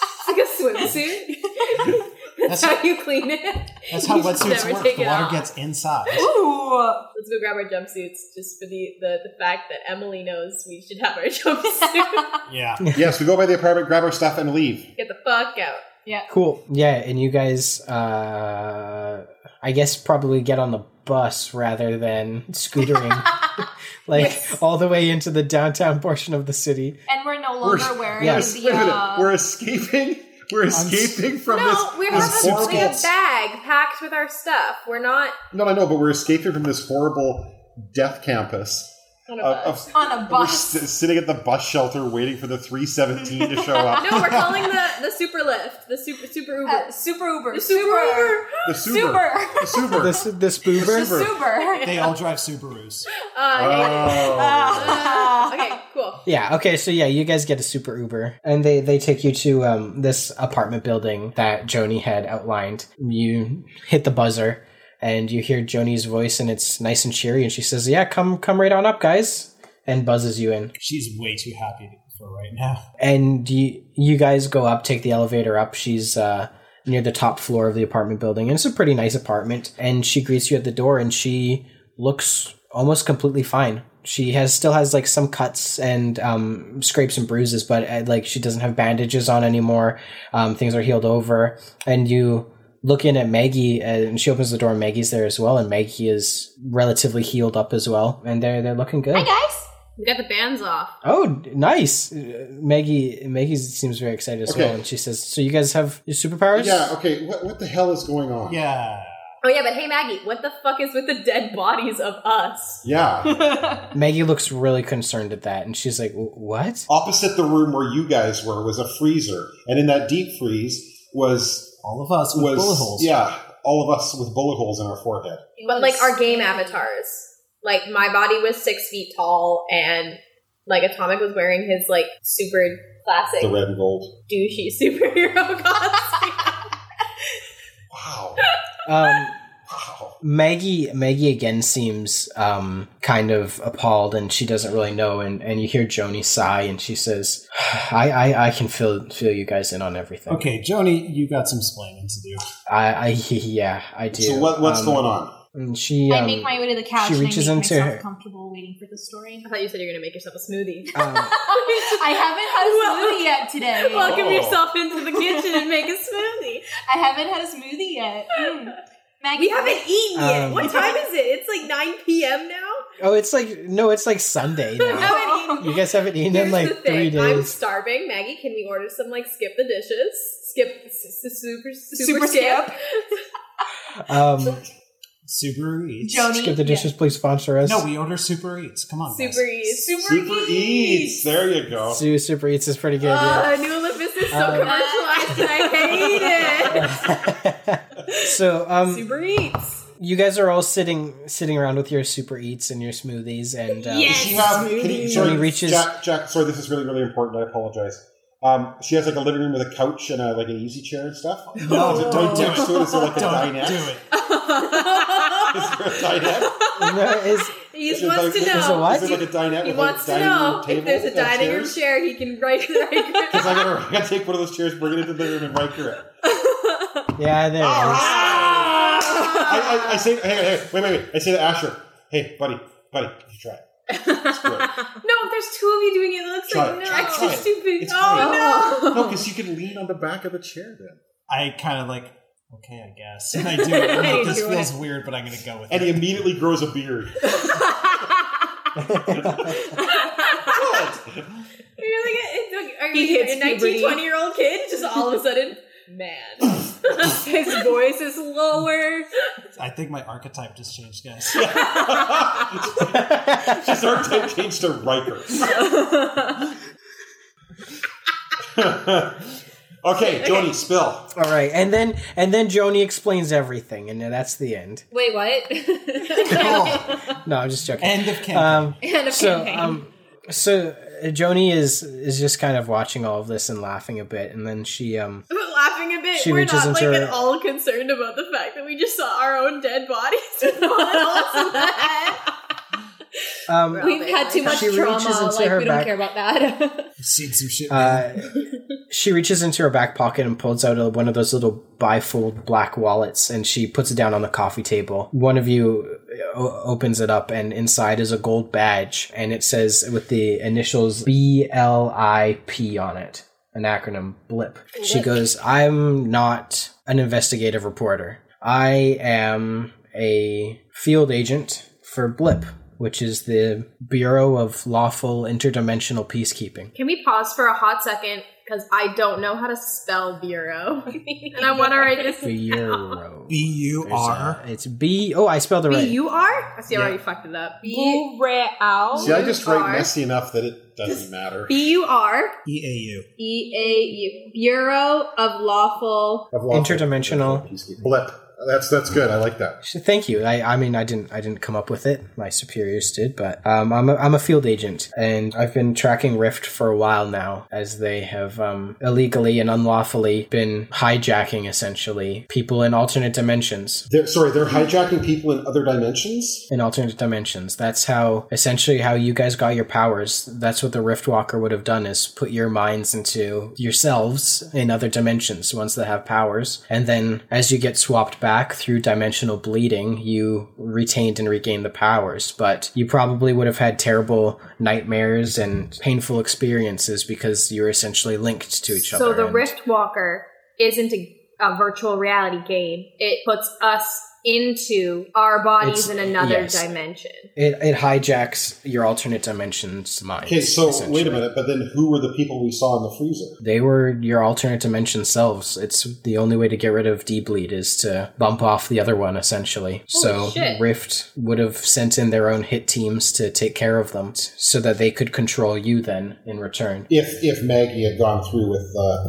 S9: It's like a swimsuit. *laughs* That's how you clean it.
S5: *laughs*
S6: That's how
S9: You just
S6: wetsuits
S9: never
S6: work.
S9: take
S6: The
S9: it
S6: water
S9: off.
S6: gets inside.
S7: Ooh.
S9: Let's go grab our jumpsuits just for the, the, the fact that Emily knows we should have our *laughs* jumpsuit.
S7: *laughs*
S6: Yeah.
S5: yes, we go by the apartment, grab our stuff, and leave.
S9: Get the fuck out.
S1: Cool. Yeah, and you guys, uh, I guess probably get on the bus rather than scootering, *laughs* like all the way into the downtown portion of the city.
S7: And we're no longer
S5: We're-
S7: wearing
S1: yes,
S7: the.
S5: Wait a minute.
S7: uh,
S5: We're escaping. We're escaping from
S9: No,
S5: this.
S9: we have
S5: this
S9: a, we have
S5: horrible.
S9: a bag packed with our stuff. We're not
S5: No, I know, but we're escaping from this horrible death campus.
S9: on a
S5: of-
S9: bus.
S5: of-
S7: on a
S5: we're
S7: bus.
S5: s- sitting at the bus shelter waiting for the 317 to show up.
S9: no, we're calling the, the super lift, the super super Uber.
S7: Uh, super Uber.
S9: the super
S7: *laughs*
S9: Uber.
S5: the super.
S7: Super.
S3: *laughs*
S5: The super.
S1: This this boober.
S5: Super.
S7: Super.
S6: They all drive Subarus.
S9: Uh,
S5: Oh.
S9: uh, okay, cool.
S1: Yeah. Okay. So yeah, you guys get a super Uber, and they they take you to um, this apartment building that Joni had outlined. You hit the buzzer, and you hear Joni's voice, and it's nice and cheery, and she says, "Yeah, come come right on up, guys," and buzzes you in.
S6: She's way too happy for right now.
S1: And you you guys go up, take the elevator up. She's uh, near the top floor of the apartment building, and it's a pretty nice apartment. And she greets you at the door, and she looks almost completely fine. She has still has like some cuts and um, scrapes and bruises, but uh, like she doesn't have bandages on anymore. Um, things are healed over, and you look in at Maggie, uh, and she opens the door. and Maggie's there as well, and Maggie is relatively healed up as well, and they're they're looking good.
S9: Hi guys, we got the bands off.
S1: Oh, d- nice, Uh, Maggie. Maggie seems very excited as
S5: Okay.
S1: well, and she says, "So you guys have your superpowers?"
S5: Yeah, okay, what, what the hell is going on?
S6: Yeah.
S9: Oh yeah, but hey Maggie, what the fuck is with the dead bodies of us?
S5: Yeah.
S1: Maggie looks really concerned at that, and she's like, "Wh- "What?"
S5: Opposite the room where you guys were was a freezer, and in that deep freeze was
S6: All of us with
S5: was
S6: bullet holes.
S5: yeah, all of us with bullet holes in our forehead.
S9: But like our game avatars, like my body was six feet tall, and like Atomic was wearing his like super classic
S5: The red and gold.
S9: douchey *laughs* superhero costume.
S5: Wow.
S1: Um,
S5: Wow.
S1: Maggie Maggie again seems um, kind of appalled and she doesn't really know and, and you hear Joni sigh and she says *sighs* I, I, I can feel feel you guys in on everything.
S6: Okay, Joni, you got some splaining to do.
S1: I, *laughs* I yeah, I do.
S5: So what what's
S1: Um,
S5: going on?
S1: And she um,
S7: I make my way to the couch.
S1: she
S7: and I
S1: reaches
S7: make
S1: into
S7: myself
S1: her-
S7: comfortable waiting for the story.
S9: I thought you said you were gonna make yourself a smoothie. *laughs*
S1: um,
S7: I haven't had a
S9: Well-
S7: smoothie yet today.
S9: *laughs* Welcome
S5: Oh.
S9: yourself into the kitchen and make a smoothie.
S7: *laughs* I haven't had a smoothie yet. Mm. Maggie,
S9: We haven't eaten yet.
S1: Um,
S9: what time is it? It's like 9 p.m. now.
S1: oh it's like no it's like
S7: *laughs*
S1: Sunday
S9: I
S1: now.
S9: haven't eaten.
S1: you guys haven't eaten
S9: Oh, Here's
S1: in
S9: the
S1: like three
S9: thing. I'm
S1: days.
S9: starving. Maggie, can we order some like skip the dishes? Skip s- s- super
S7: Super
S9: super, skip.
S1: Um,
S6: Super Eats.
S7: Joni.
S1: skip the dishes, please sponsor us.
S6: No, we order Super Eats. Come on. guys.
S9: Super easy.
S5: Super eats. There you go.
S1: Su- Super Eats is pretty good.
S9: Uh, new Olympus is so
S1: Um,
S9: commercialized. and I hate
S1: *laughs*
S9: it.
S1: yeah. so um,
S9: Super *laughs* eats.
S1: you guys are all sitting sitting around with your super eats and your smoothies and um,
S5: Does she have? Can you,
S1: So he
S5: sorry,
S1: reaches-
S5: Jack, Jack. Sorry, this is really, really important. I apologize. Um, she has like a living room with a couch and a, like an easy chair and stuff.
S6: No,
S5: Is it-
S6: don't do
S5: next to it. Is there like a
S6: Don't
S5: dinette?
S6: do it.
S5: *laughs* Is there a dinette?
S1: no, *laughs* is-
S9: He
S5: Is
S9: just
S5: it
S9: wants
S5: like-
S9: to
S1: it
S5: Is
S9: know.
S1: what?
S5: there like a dinette
S9: He
S5: with
S9: wants
S5: like
S9: to
S5: dining
S9: know
S5: room
S9: if
S5: tables
S9: there's a
S5: and
S9: dining room
S5: chairs?
S9: chair he can
S5: *laughs*
S9: write *laughs*
S5: Because I
S9: right.
S5: gotta, I gotta take one of those chairs, bring it into the living room, and right here.
S1: yeah, there it is.
S5: I, I, I say, hey, hey, wait, wait, wait. I say to Asher, hey, buddy, buddy, you try it. Screw it.
S9: No, if there's two of you doing it, it looks
S5: Try
S9: like
S5: it,
S9: no.
S5: try it, try it.
S9: stupid.
S5: It's
S9: oh no.
S5: No, because you can lean on the back of the chair then.
S6: I kind of like, okay, I
S5: *laughs*
S6: guess. And I do it. I'm like, this
S9: Do
S6: feels weird, but I'm going to go with
S5: And he
S6: it.
S5: immediately grows a beard. What?
S9: You're like, it's like are
S13: He
S9: you
S13: hits
S9: a 19,
S13: puberty.
S9: 20 year old kid just all of a sudden mad. *laughs* His voice is lower.
S6: I think my archetype just changed, guys.
S5: His archetype changed to Riker. *laughs* okay, Joni, spill.
S1: All right, and then and then Joni explains everything, and that's the end.
S9: Wait, what?
S13: *laughs*
S1: No, I'm just joking.
S6: End of campaign.
S1: um, *laughs*
S9: and a
S1: so
S9: campaign.
S1: um, so uh, Joni is is just kind of watching all of this and laughing a bit, and then she um
S9: But *laughs* laughing a bit,
S1: She
S9: we're
S1: reaches
S9: not
S1: into
S9: like
S1: her-
S9: at all concerned about the fact that we just saw our own dead bodies. *laughs*
S13: *laughs*
S9: We've
S1: um
S9: had too
S1: She reaches into her back-
S9: about that.
S6: I've seen some shit.
S1: uh, she reaches into her back pocket and pulls out a, one of those little bifold black wallets and she puts it down on the coffee table. One of you uh, o- opens it up and inside is a gold badge and it says with the initials BLIP on it, an acronym blip. She goes, "I'm not an investigative reporter. I am a field agent for blip." Which is the Bureau of Lawful Interdimensional Peacekeeping.
S9: Can we pause for a hot second? Because I don't know how to spell
S4: *laughs*
S9: bureau, *laughs* and
S7: *laughs*
S9: I want to write this.
S1: Bureau.
S6: B U R.
S1: It's B. Oh, I spelled it right.
S9: B U R. I see I already fucked it up. B
S13: Blu-ray out.
S5: See, I just
S9: Are.
S5: write messy enough that it It doesn't matter.
S4: B U R
S6: EAU.
S4: E A U. Bureau of Lawful.
S5: I've lost it.
S3: Interdimensional.
S5: blip. That's that's good. I like that.
S3: So Thank you. I, I mean, I didn't. I didn't come up with it. My superiors did, but um, I'm a, I'm a field agent, and I've been tracking Rift for a while now, as they have um, illegally and unlawfully been hijacking essentially people in alternate dimensions.
S5: They're, sorry, they're hijacking people in other dimensions.
S3: In alternate dimensions, that's how essentially how you guys got your powers. That's what the Rift Walker would have done: is put your minds into yourselves in other dimensions ones that have powers, and then as you get swapped back through dimensional bleeding, you retained and regained the powers. But you probably would have had terrible nightmares and painful experiences because you're essentially linked to each other.
S4: So the
S3: and-
S4: Rift Walker isn't a, a virtual reality game. It puts us into our
S3: It's-
S4: bodies in another
S3: yes.
S4: dimension.
S3: it, it hijacks your alternate dimensions mind.
S5: Okay, so wait
S3: essentially.
S5: a minute. But then, who were the people we saw in the freezer?
S3: They were your alternate dimension selves. It's the only way to get rid of D-Bleed is to bump off the other one, essentially. so
S4: shit.
S3: Rift would have sent in their own hit teams to take care of them t- so that they could control you then in return.
S5: If if Maggie had gone through with uh,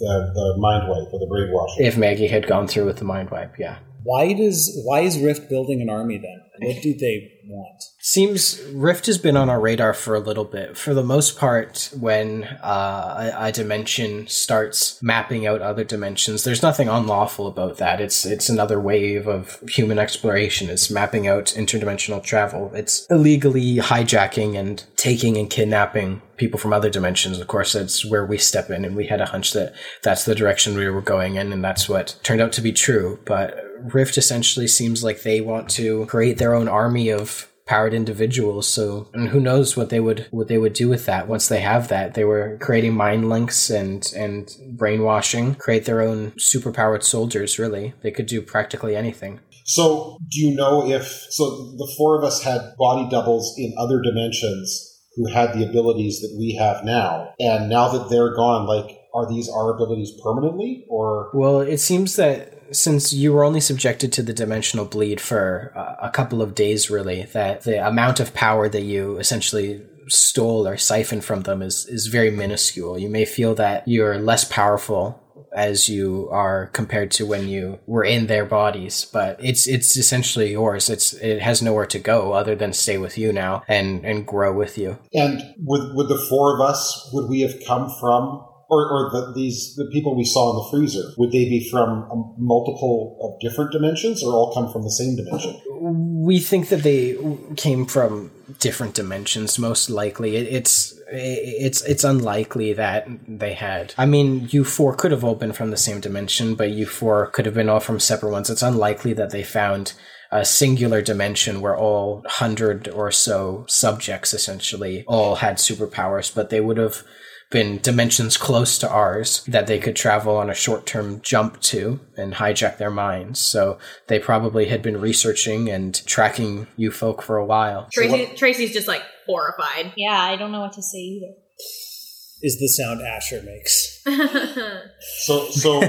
S5: the the mind wipe or the brainwashing,
S3: If Maggie had gone through with the mind wipe, yeah.
S6: Why does why is Rift building an army then? What do they want?
S3: Seems Rift has been on our radar for a little bit. For the most part, when uh, a, a dimension starts mapping out other dimensions, there's nothing unlawful about that. It's it's another wave of human exploration. It's mapping out interdimensional travel. It's illegally hijacking and taking and kidnapping people from other dimensions. Of course, that's where we step in, and we had a hunch that that's the direction we were going in, and that's what turned out to be true. But Rift essentially seems like they want to create their own army of powered individuals so and who knows what they would what they would do with that once they have that they were creating mind links and and brainwashing create their own superpowered soldiers really they could do practically anything
S5: so do you know if so? The four of us had body doubles in other dimensions who had the abilities that we have now, and now that they're gone, like are these our abilities permanently or?
S3: well it seems that since you were only subjected to the dimensional bleed for uh, a couple of days really that the amount of power that you essentially stole or siphoned from them is is very minuscule you may feel that you're less powerful as you are compared to when you were in their bodies but it's it's essentially yours it's it has nowhere to go other than stay with you now and and grow with you
S5: And would would the four of us would we have come from? Or, or the, these the people we saw in the freezer would they be from um, multiple of different dimensions, or all come from the same dimension?
S3: we think that they came from different dimensions most likely it, it's it's it's unlikely that they had i mean you four could have all been from the same dimension but you four could have been all from separate ones it's unlikely that they found a singular dimension where all hundred or so subjects essentially all had superpowers but they would have been dimensions close to ours that they could travel on a short term jump to and hijack their minds. So they probably had been researching and tracking you folk for a while.
S4: Tracy, Tracy's just like horrified.
S9: Yeah, I don't know what to say either.
S6: Is the sound Asher makes?
S5: So, so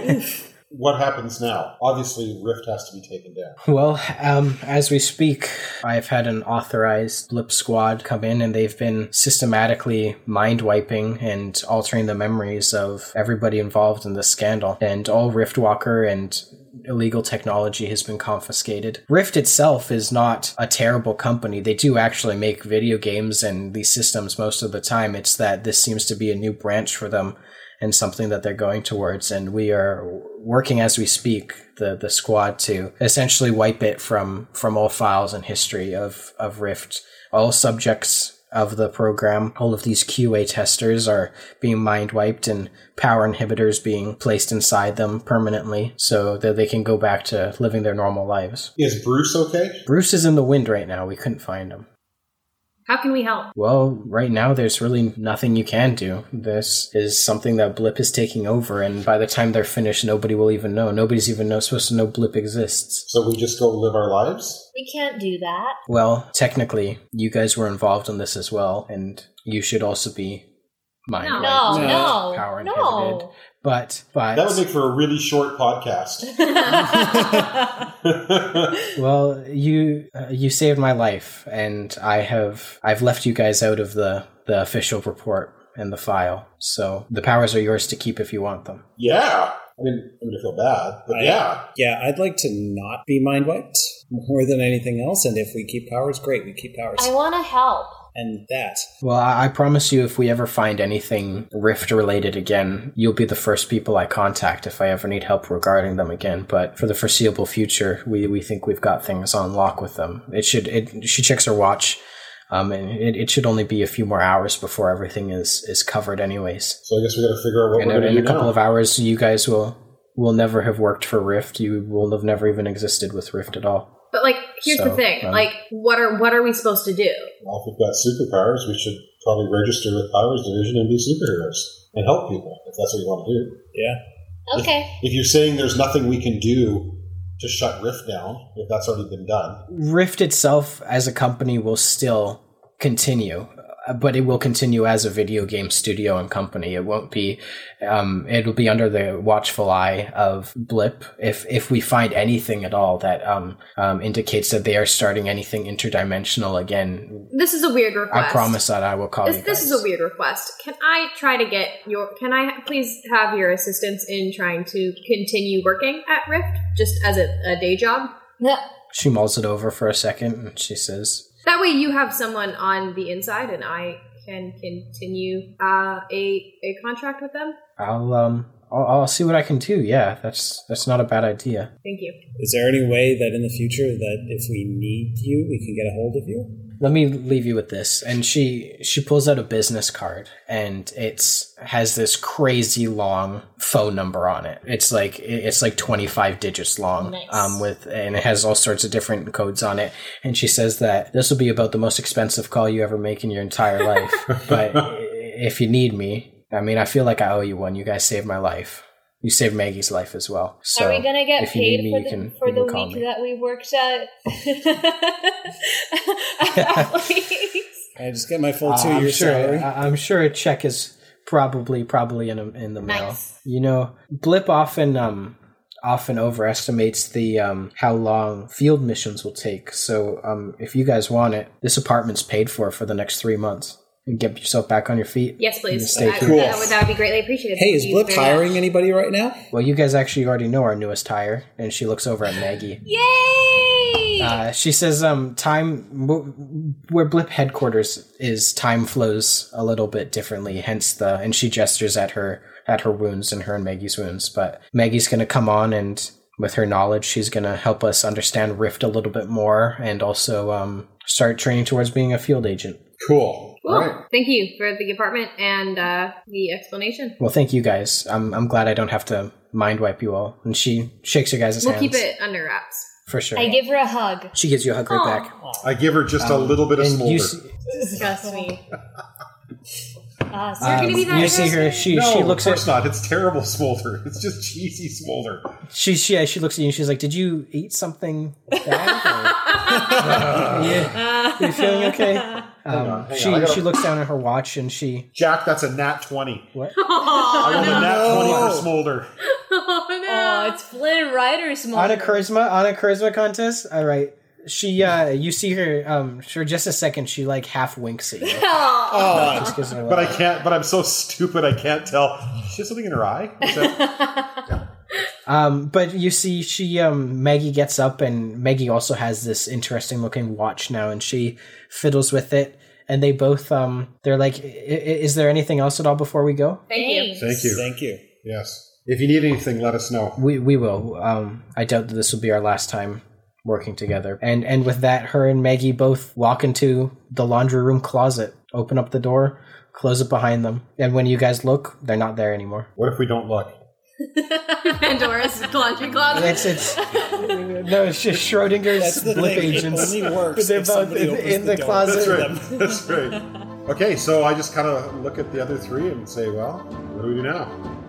S5: what happens now? Obviously, Rift has to be taken down.
S3: Well, um, as we speak, I've had an authorized blip squad come in and they've been systematically mind wiping and altering the memories of everybody involved in this scandal. And all Riftwalker and illegal technology has been confiscated. Rift itself is not a terrible company. They do actually make video games and these systems most of the time. It's that this seems to be a new branch for them and something that they're going towards. And we are working as we speak the the squad to essentially wipe it from from all files and history of of Rift. All subjects of the program, all of these QA testers are being mind wiped and power inhibitors being placed inside them permanently so that they can go back to living their normal lives.
S5: Is Bruce okay?
S3: Bruce is in the wind right now. We couldn't find him.
S4: How can we help?
S3: Well, right now there's really nothing you can do. This is something that Blip is taking over, and by the time they're finished, nobody will even know. Nobody's even know, supposed to know Blip exists.
S5: So we just go live our lives?
S7: We can't do that.
S3: Well, technically, you guys were involved in this as well, and you should also be mind
S7: No,
S3: wiped,
S7: no,
S3: power
S7: no.
S3: inhibited, But but
S5: That would make for a really short podcast. *laughs*
S3: well, you uh, you saved my life, and I have I've left you guys out of the the official report and the file. So the powers are yours to keep if you want them.
S5: yeah. I mean, I'm going to feel bad, but
S6: I-
S5: yeah.
S6: Yeah, I'd like to not be mind wiped more than anything else. And if we keep powers, great, we keep powers.
S7: I want to help.
S6: and that.
S3: Well, I, I promise you, if we ever find anything rift related again, you'll be the first people I contact if I ever need help regarding them again. But for the foreseeable future, we, we think we've got things on lock with them. It should it she checks her watch. Um, and it, it should only be a few more hours before everything is, is covered, anyways.
S5: So I guess we got to figure out what
S3: in,
S5: we're
S3: a,
S5: going
S3: in
S5: to
S3: a
S5: do
S3: couple
S5: now.
S3: of hours you guys will will never have worked for rift you will have never even existed with rift at all
S4: But like, here's
S3: So,
S4: the thing:
S3: um,
S4: like, what are what are we supposed to do?
S5: well, if we've got superpowers, we should probably register with Powers Division and be superheroes and help people if that's what you want to do.
S6: Yeah.
S5: If-
S7: Okay.
S5: If, you're saying there's nothing we can do to shut Rift down, if that's already been done,
S3: rift itself as a company will still continue uh, but it will continue as a video game studio and company it won't be um, it'll be under the watchful eye of blip if if we find anything at all that um, um, indicates that they are starting anything interdimensional again
S4: This is a weird request.
S3: i promise that i will call
S4: This,
S3: you
S4: this is
S3: guys.
S4: a weird request. Can I try to get your? Can I ha- please have your assistance in trying to continue working at Rift just as a, a day job?
S3: she mulls it over for a second and she says
S4: That way, you have someone on the inside, and I can continue uh, a a contract with them.
S3: I'll um I'll, I'll see what I can do. Yeah, that's that's not a bad idea.
S4: Thank you.
S6: Is there any way that in the future that if we need you, we can get a hold of you?
S3: Let me leave you with this. And she she pulls out a business card and it's has this crazy long phone number on it. It's like it's like 25 digits long
S7: Nice.
S3: um with and it has all sorts of different codes on it. And she says that this will be about the most expensive call you ever make in your entire life.
S4: *laughs*
S3: but i- if you need me, I mean, I feel like I owe you one. You guys saved my life. You saved Maggie's life as well. So
S7: Are we gonna get
S3: if you need
S7: paid
S3: me,
S7: for
S3: you
S7: the,
S3: can-
S7: for
S3: you
S7: the
S3: can call
S7: week
S3: me.
S7: that we worked at, at Ralphie's?
S6: I just get my full
S3: Uh,
S6: two
S3: I'm
S6: years
S3: sure,
S6: salary.
S3: I, am sure a check is probably probably in a, in the mail.
S7: Nice.
S3: You know, Blip often um often overestimates the um how long field missions will take. So um if you guys want it, this apartment's paid for for the next three months. And get yourself back on your feet.
S4: Yes, please.
S3: Stay
S4: I-
S3: cool.
S4: that, would, that would be greatly appreciated.
S6: hey, is
S4: Thank you
S6: Blip
S4: very much.
S6: hiring anybody right now?
S3: Well, you guys actually already know our newest hire, and she looks over at Maggie.
S7: Yay!
S3: Uh, she says, "Um, time w- where Blip headquarters is, time flows a little bit differently. Hence the and she gestures at her at her wounds and her and Maggie's wounds. But Maggie's gonna come on and with her knowledge, she's gonna help us understand Rift a little bit more and also um start training towards being a field agent.
S5: cool.
S4: Cool. Thank you for the apartment and uh, the explanation.
S3: Well, thank you guys. I'm I'm glad I don't have to mind wipe you all. And she shakes her guys'
S4: We'll
S3: hands
S4: keep it under wraps. *laughs*
S3: for sure.
S7: I give her a hug.
S3: she gives you a hug right back.
S5: I give her just a little bit of
S3: Um, And
S5: smolder.
S3: you see,
S4: Disgust me.
S7: Uh, so
S3: um,
S4: gonna be that
S3: you see her. She
S5: no,
S3: she looks
S5: of
S3: at
S5: course not. It's terrible *laughs* smolder. It's just cheesy smolder.
S3: She she yeah, she looks at you and she's like, "Did you eat something bad? Or- yeah, *laughs* are you feeling *laughs* okay?" Um,
S5: hang on,
S3: she
S5: I gotta-
S3: she looks down at her watch and she
S5: Jack, that's a nat 20.
S3: what?
S5: I rolled a nat 20
S6: No.
S5: for smolder.
S4: Oh
S7: Oh,
S4: no!
S7: it's Flynn Rider's mom.
S3: On a charisma on a charisma contest. All right. She uh, you see her um, for just a second. She like half winks at you. Just gives her a
S5: But I
S3: laugh.
S5: can't, but I'm so stupid I can't tell. She has something in her eye? Is that-
S3: Um, but you see, she um, Maggie gets up, and Maggie also has this interesting looking watch now, and she fiddles with it. And they both um, they're like, "I- I- "Is there anything else at all before we go?"
S4: Thank you.
S5: Thank you.
S6: Thank you.
S5: Yes. If you need anything, let us know.
S3: We we will. Um, I doubt that this will be our last time working together. And and with that, her and Maggie both walk into the laundry room closet, open up the door, close it behind them, and when you guys look, they're not there anymore.
S5: What if we don't look?
S4: Pandora's laundry closet.
S3: It's it's *laughs* no, it's just Schrodinger's
S6: That's the
S3: blip
S6: thing.
S3: agents.
S6: It only works
S3: But they're
S6: if
S3: both
S6: somebody
S3: in-
S6: opens
S3: in the
S6: the door.
S3: closet.
S5: *laughs* That's right. That's right. Okay, so I just kind of look at the other three and say, well, what do we do now?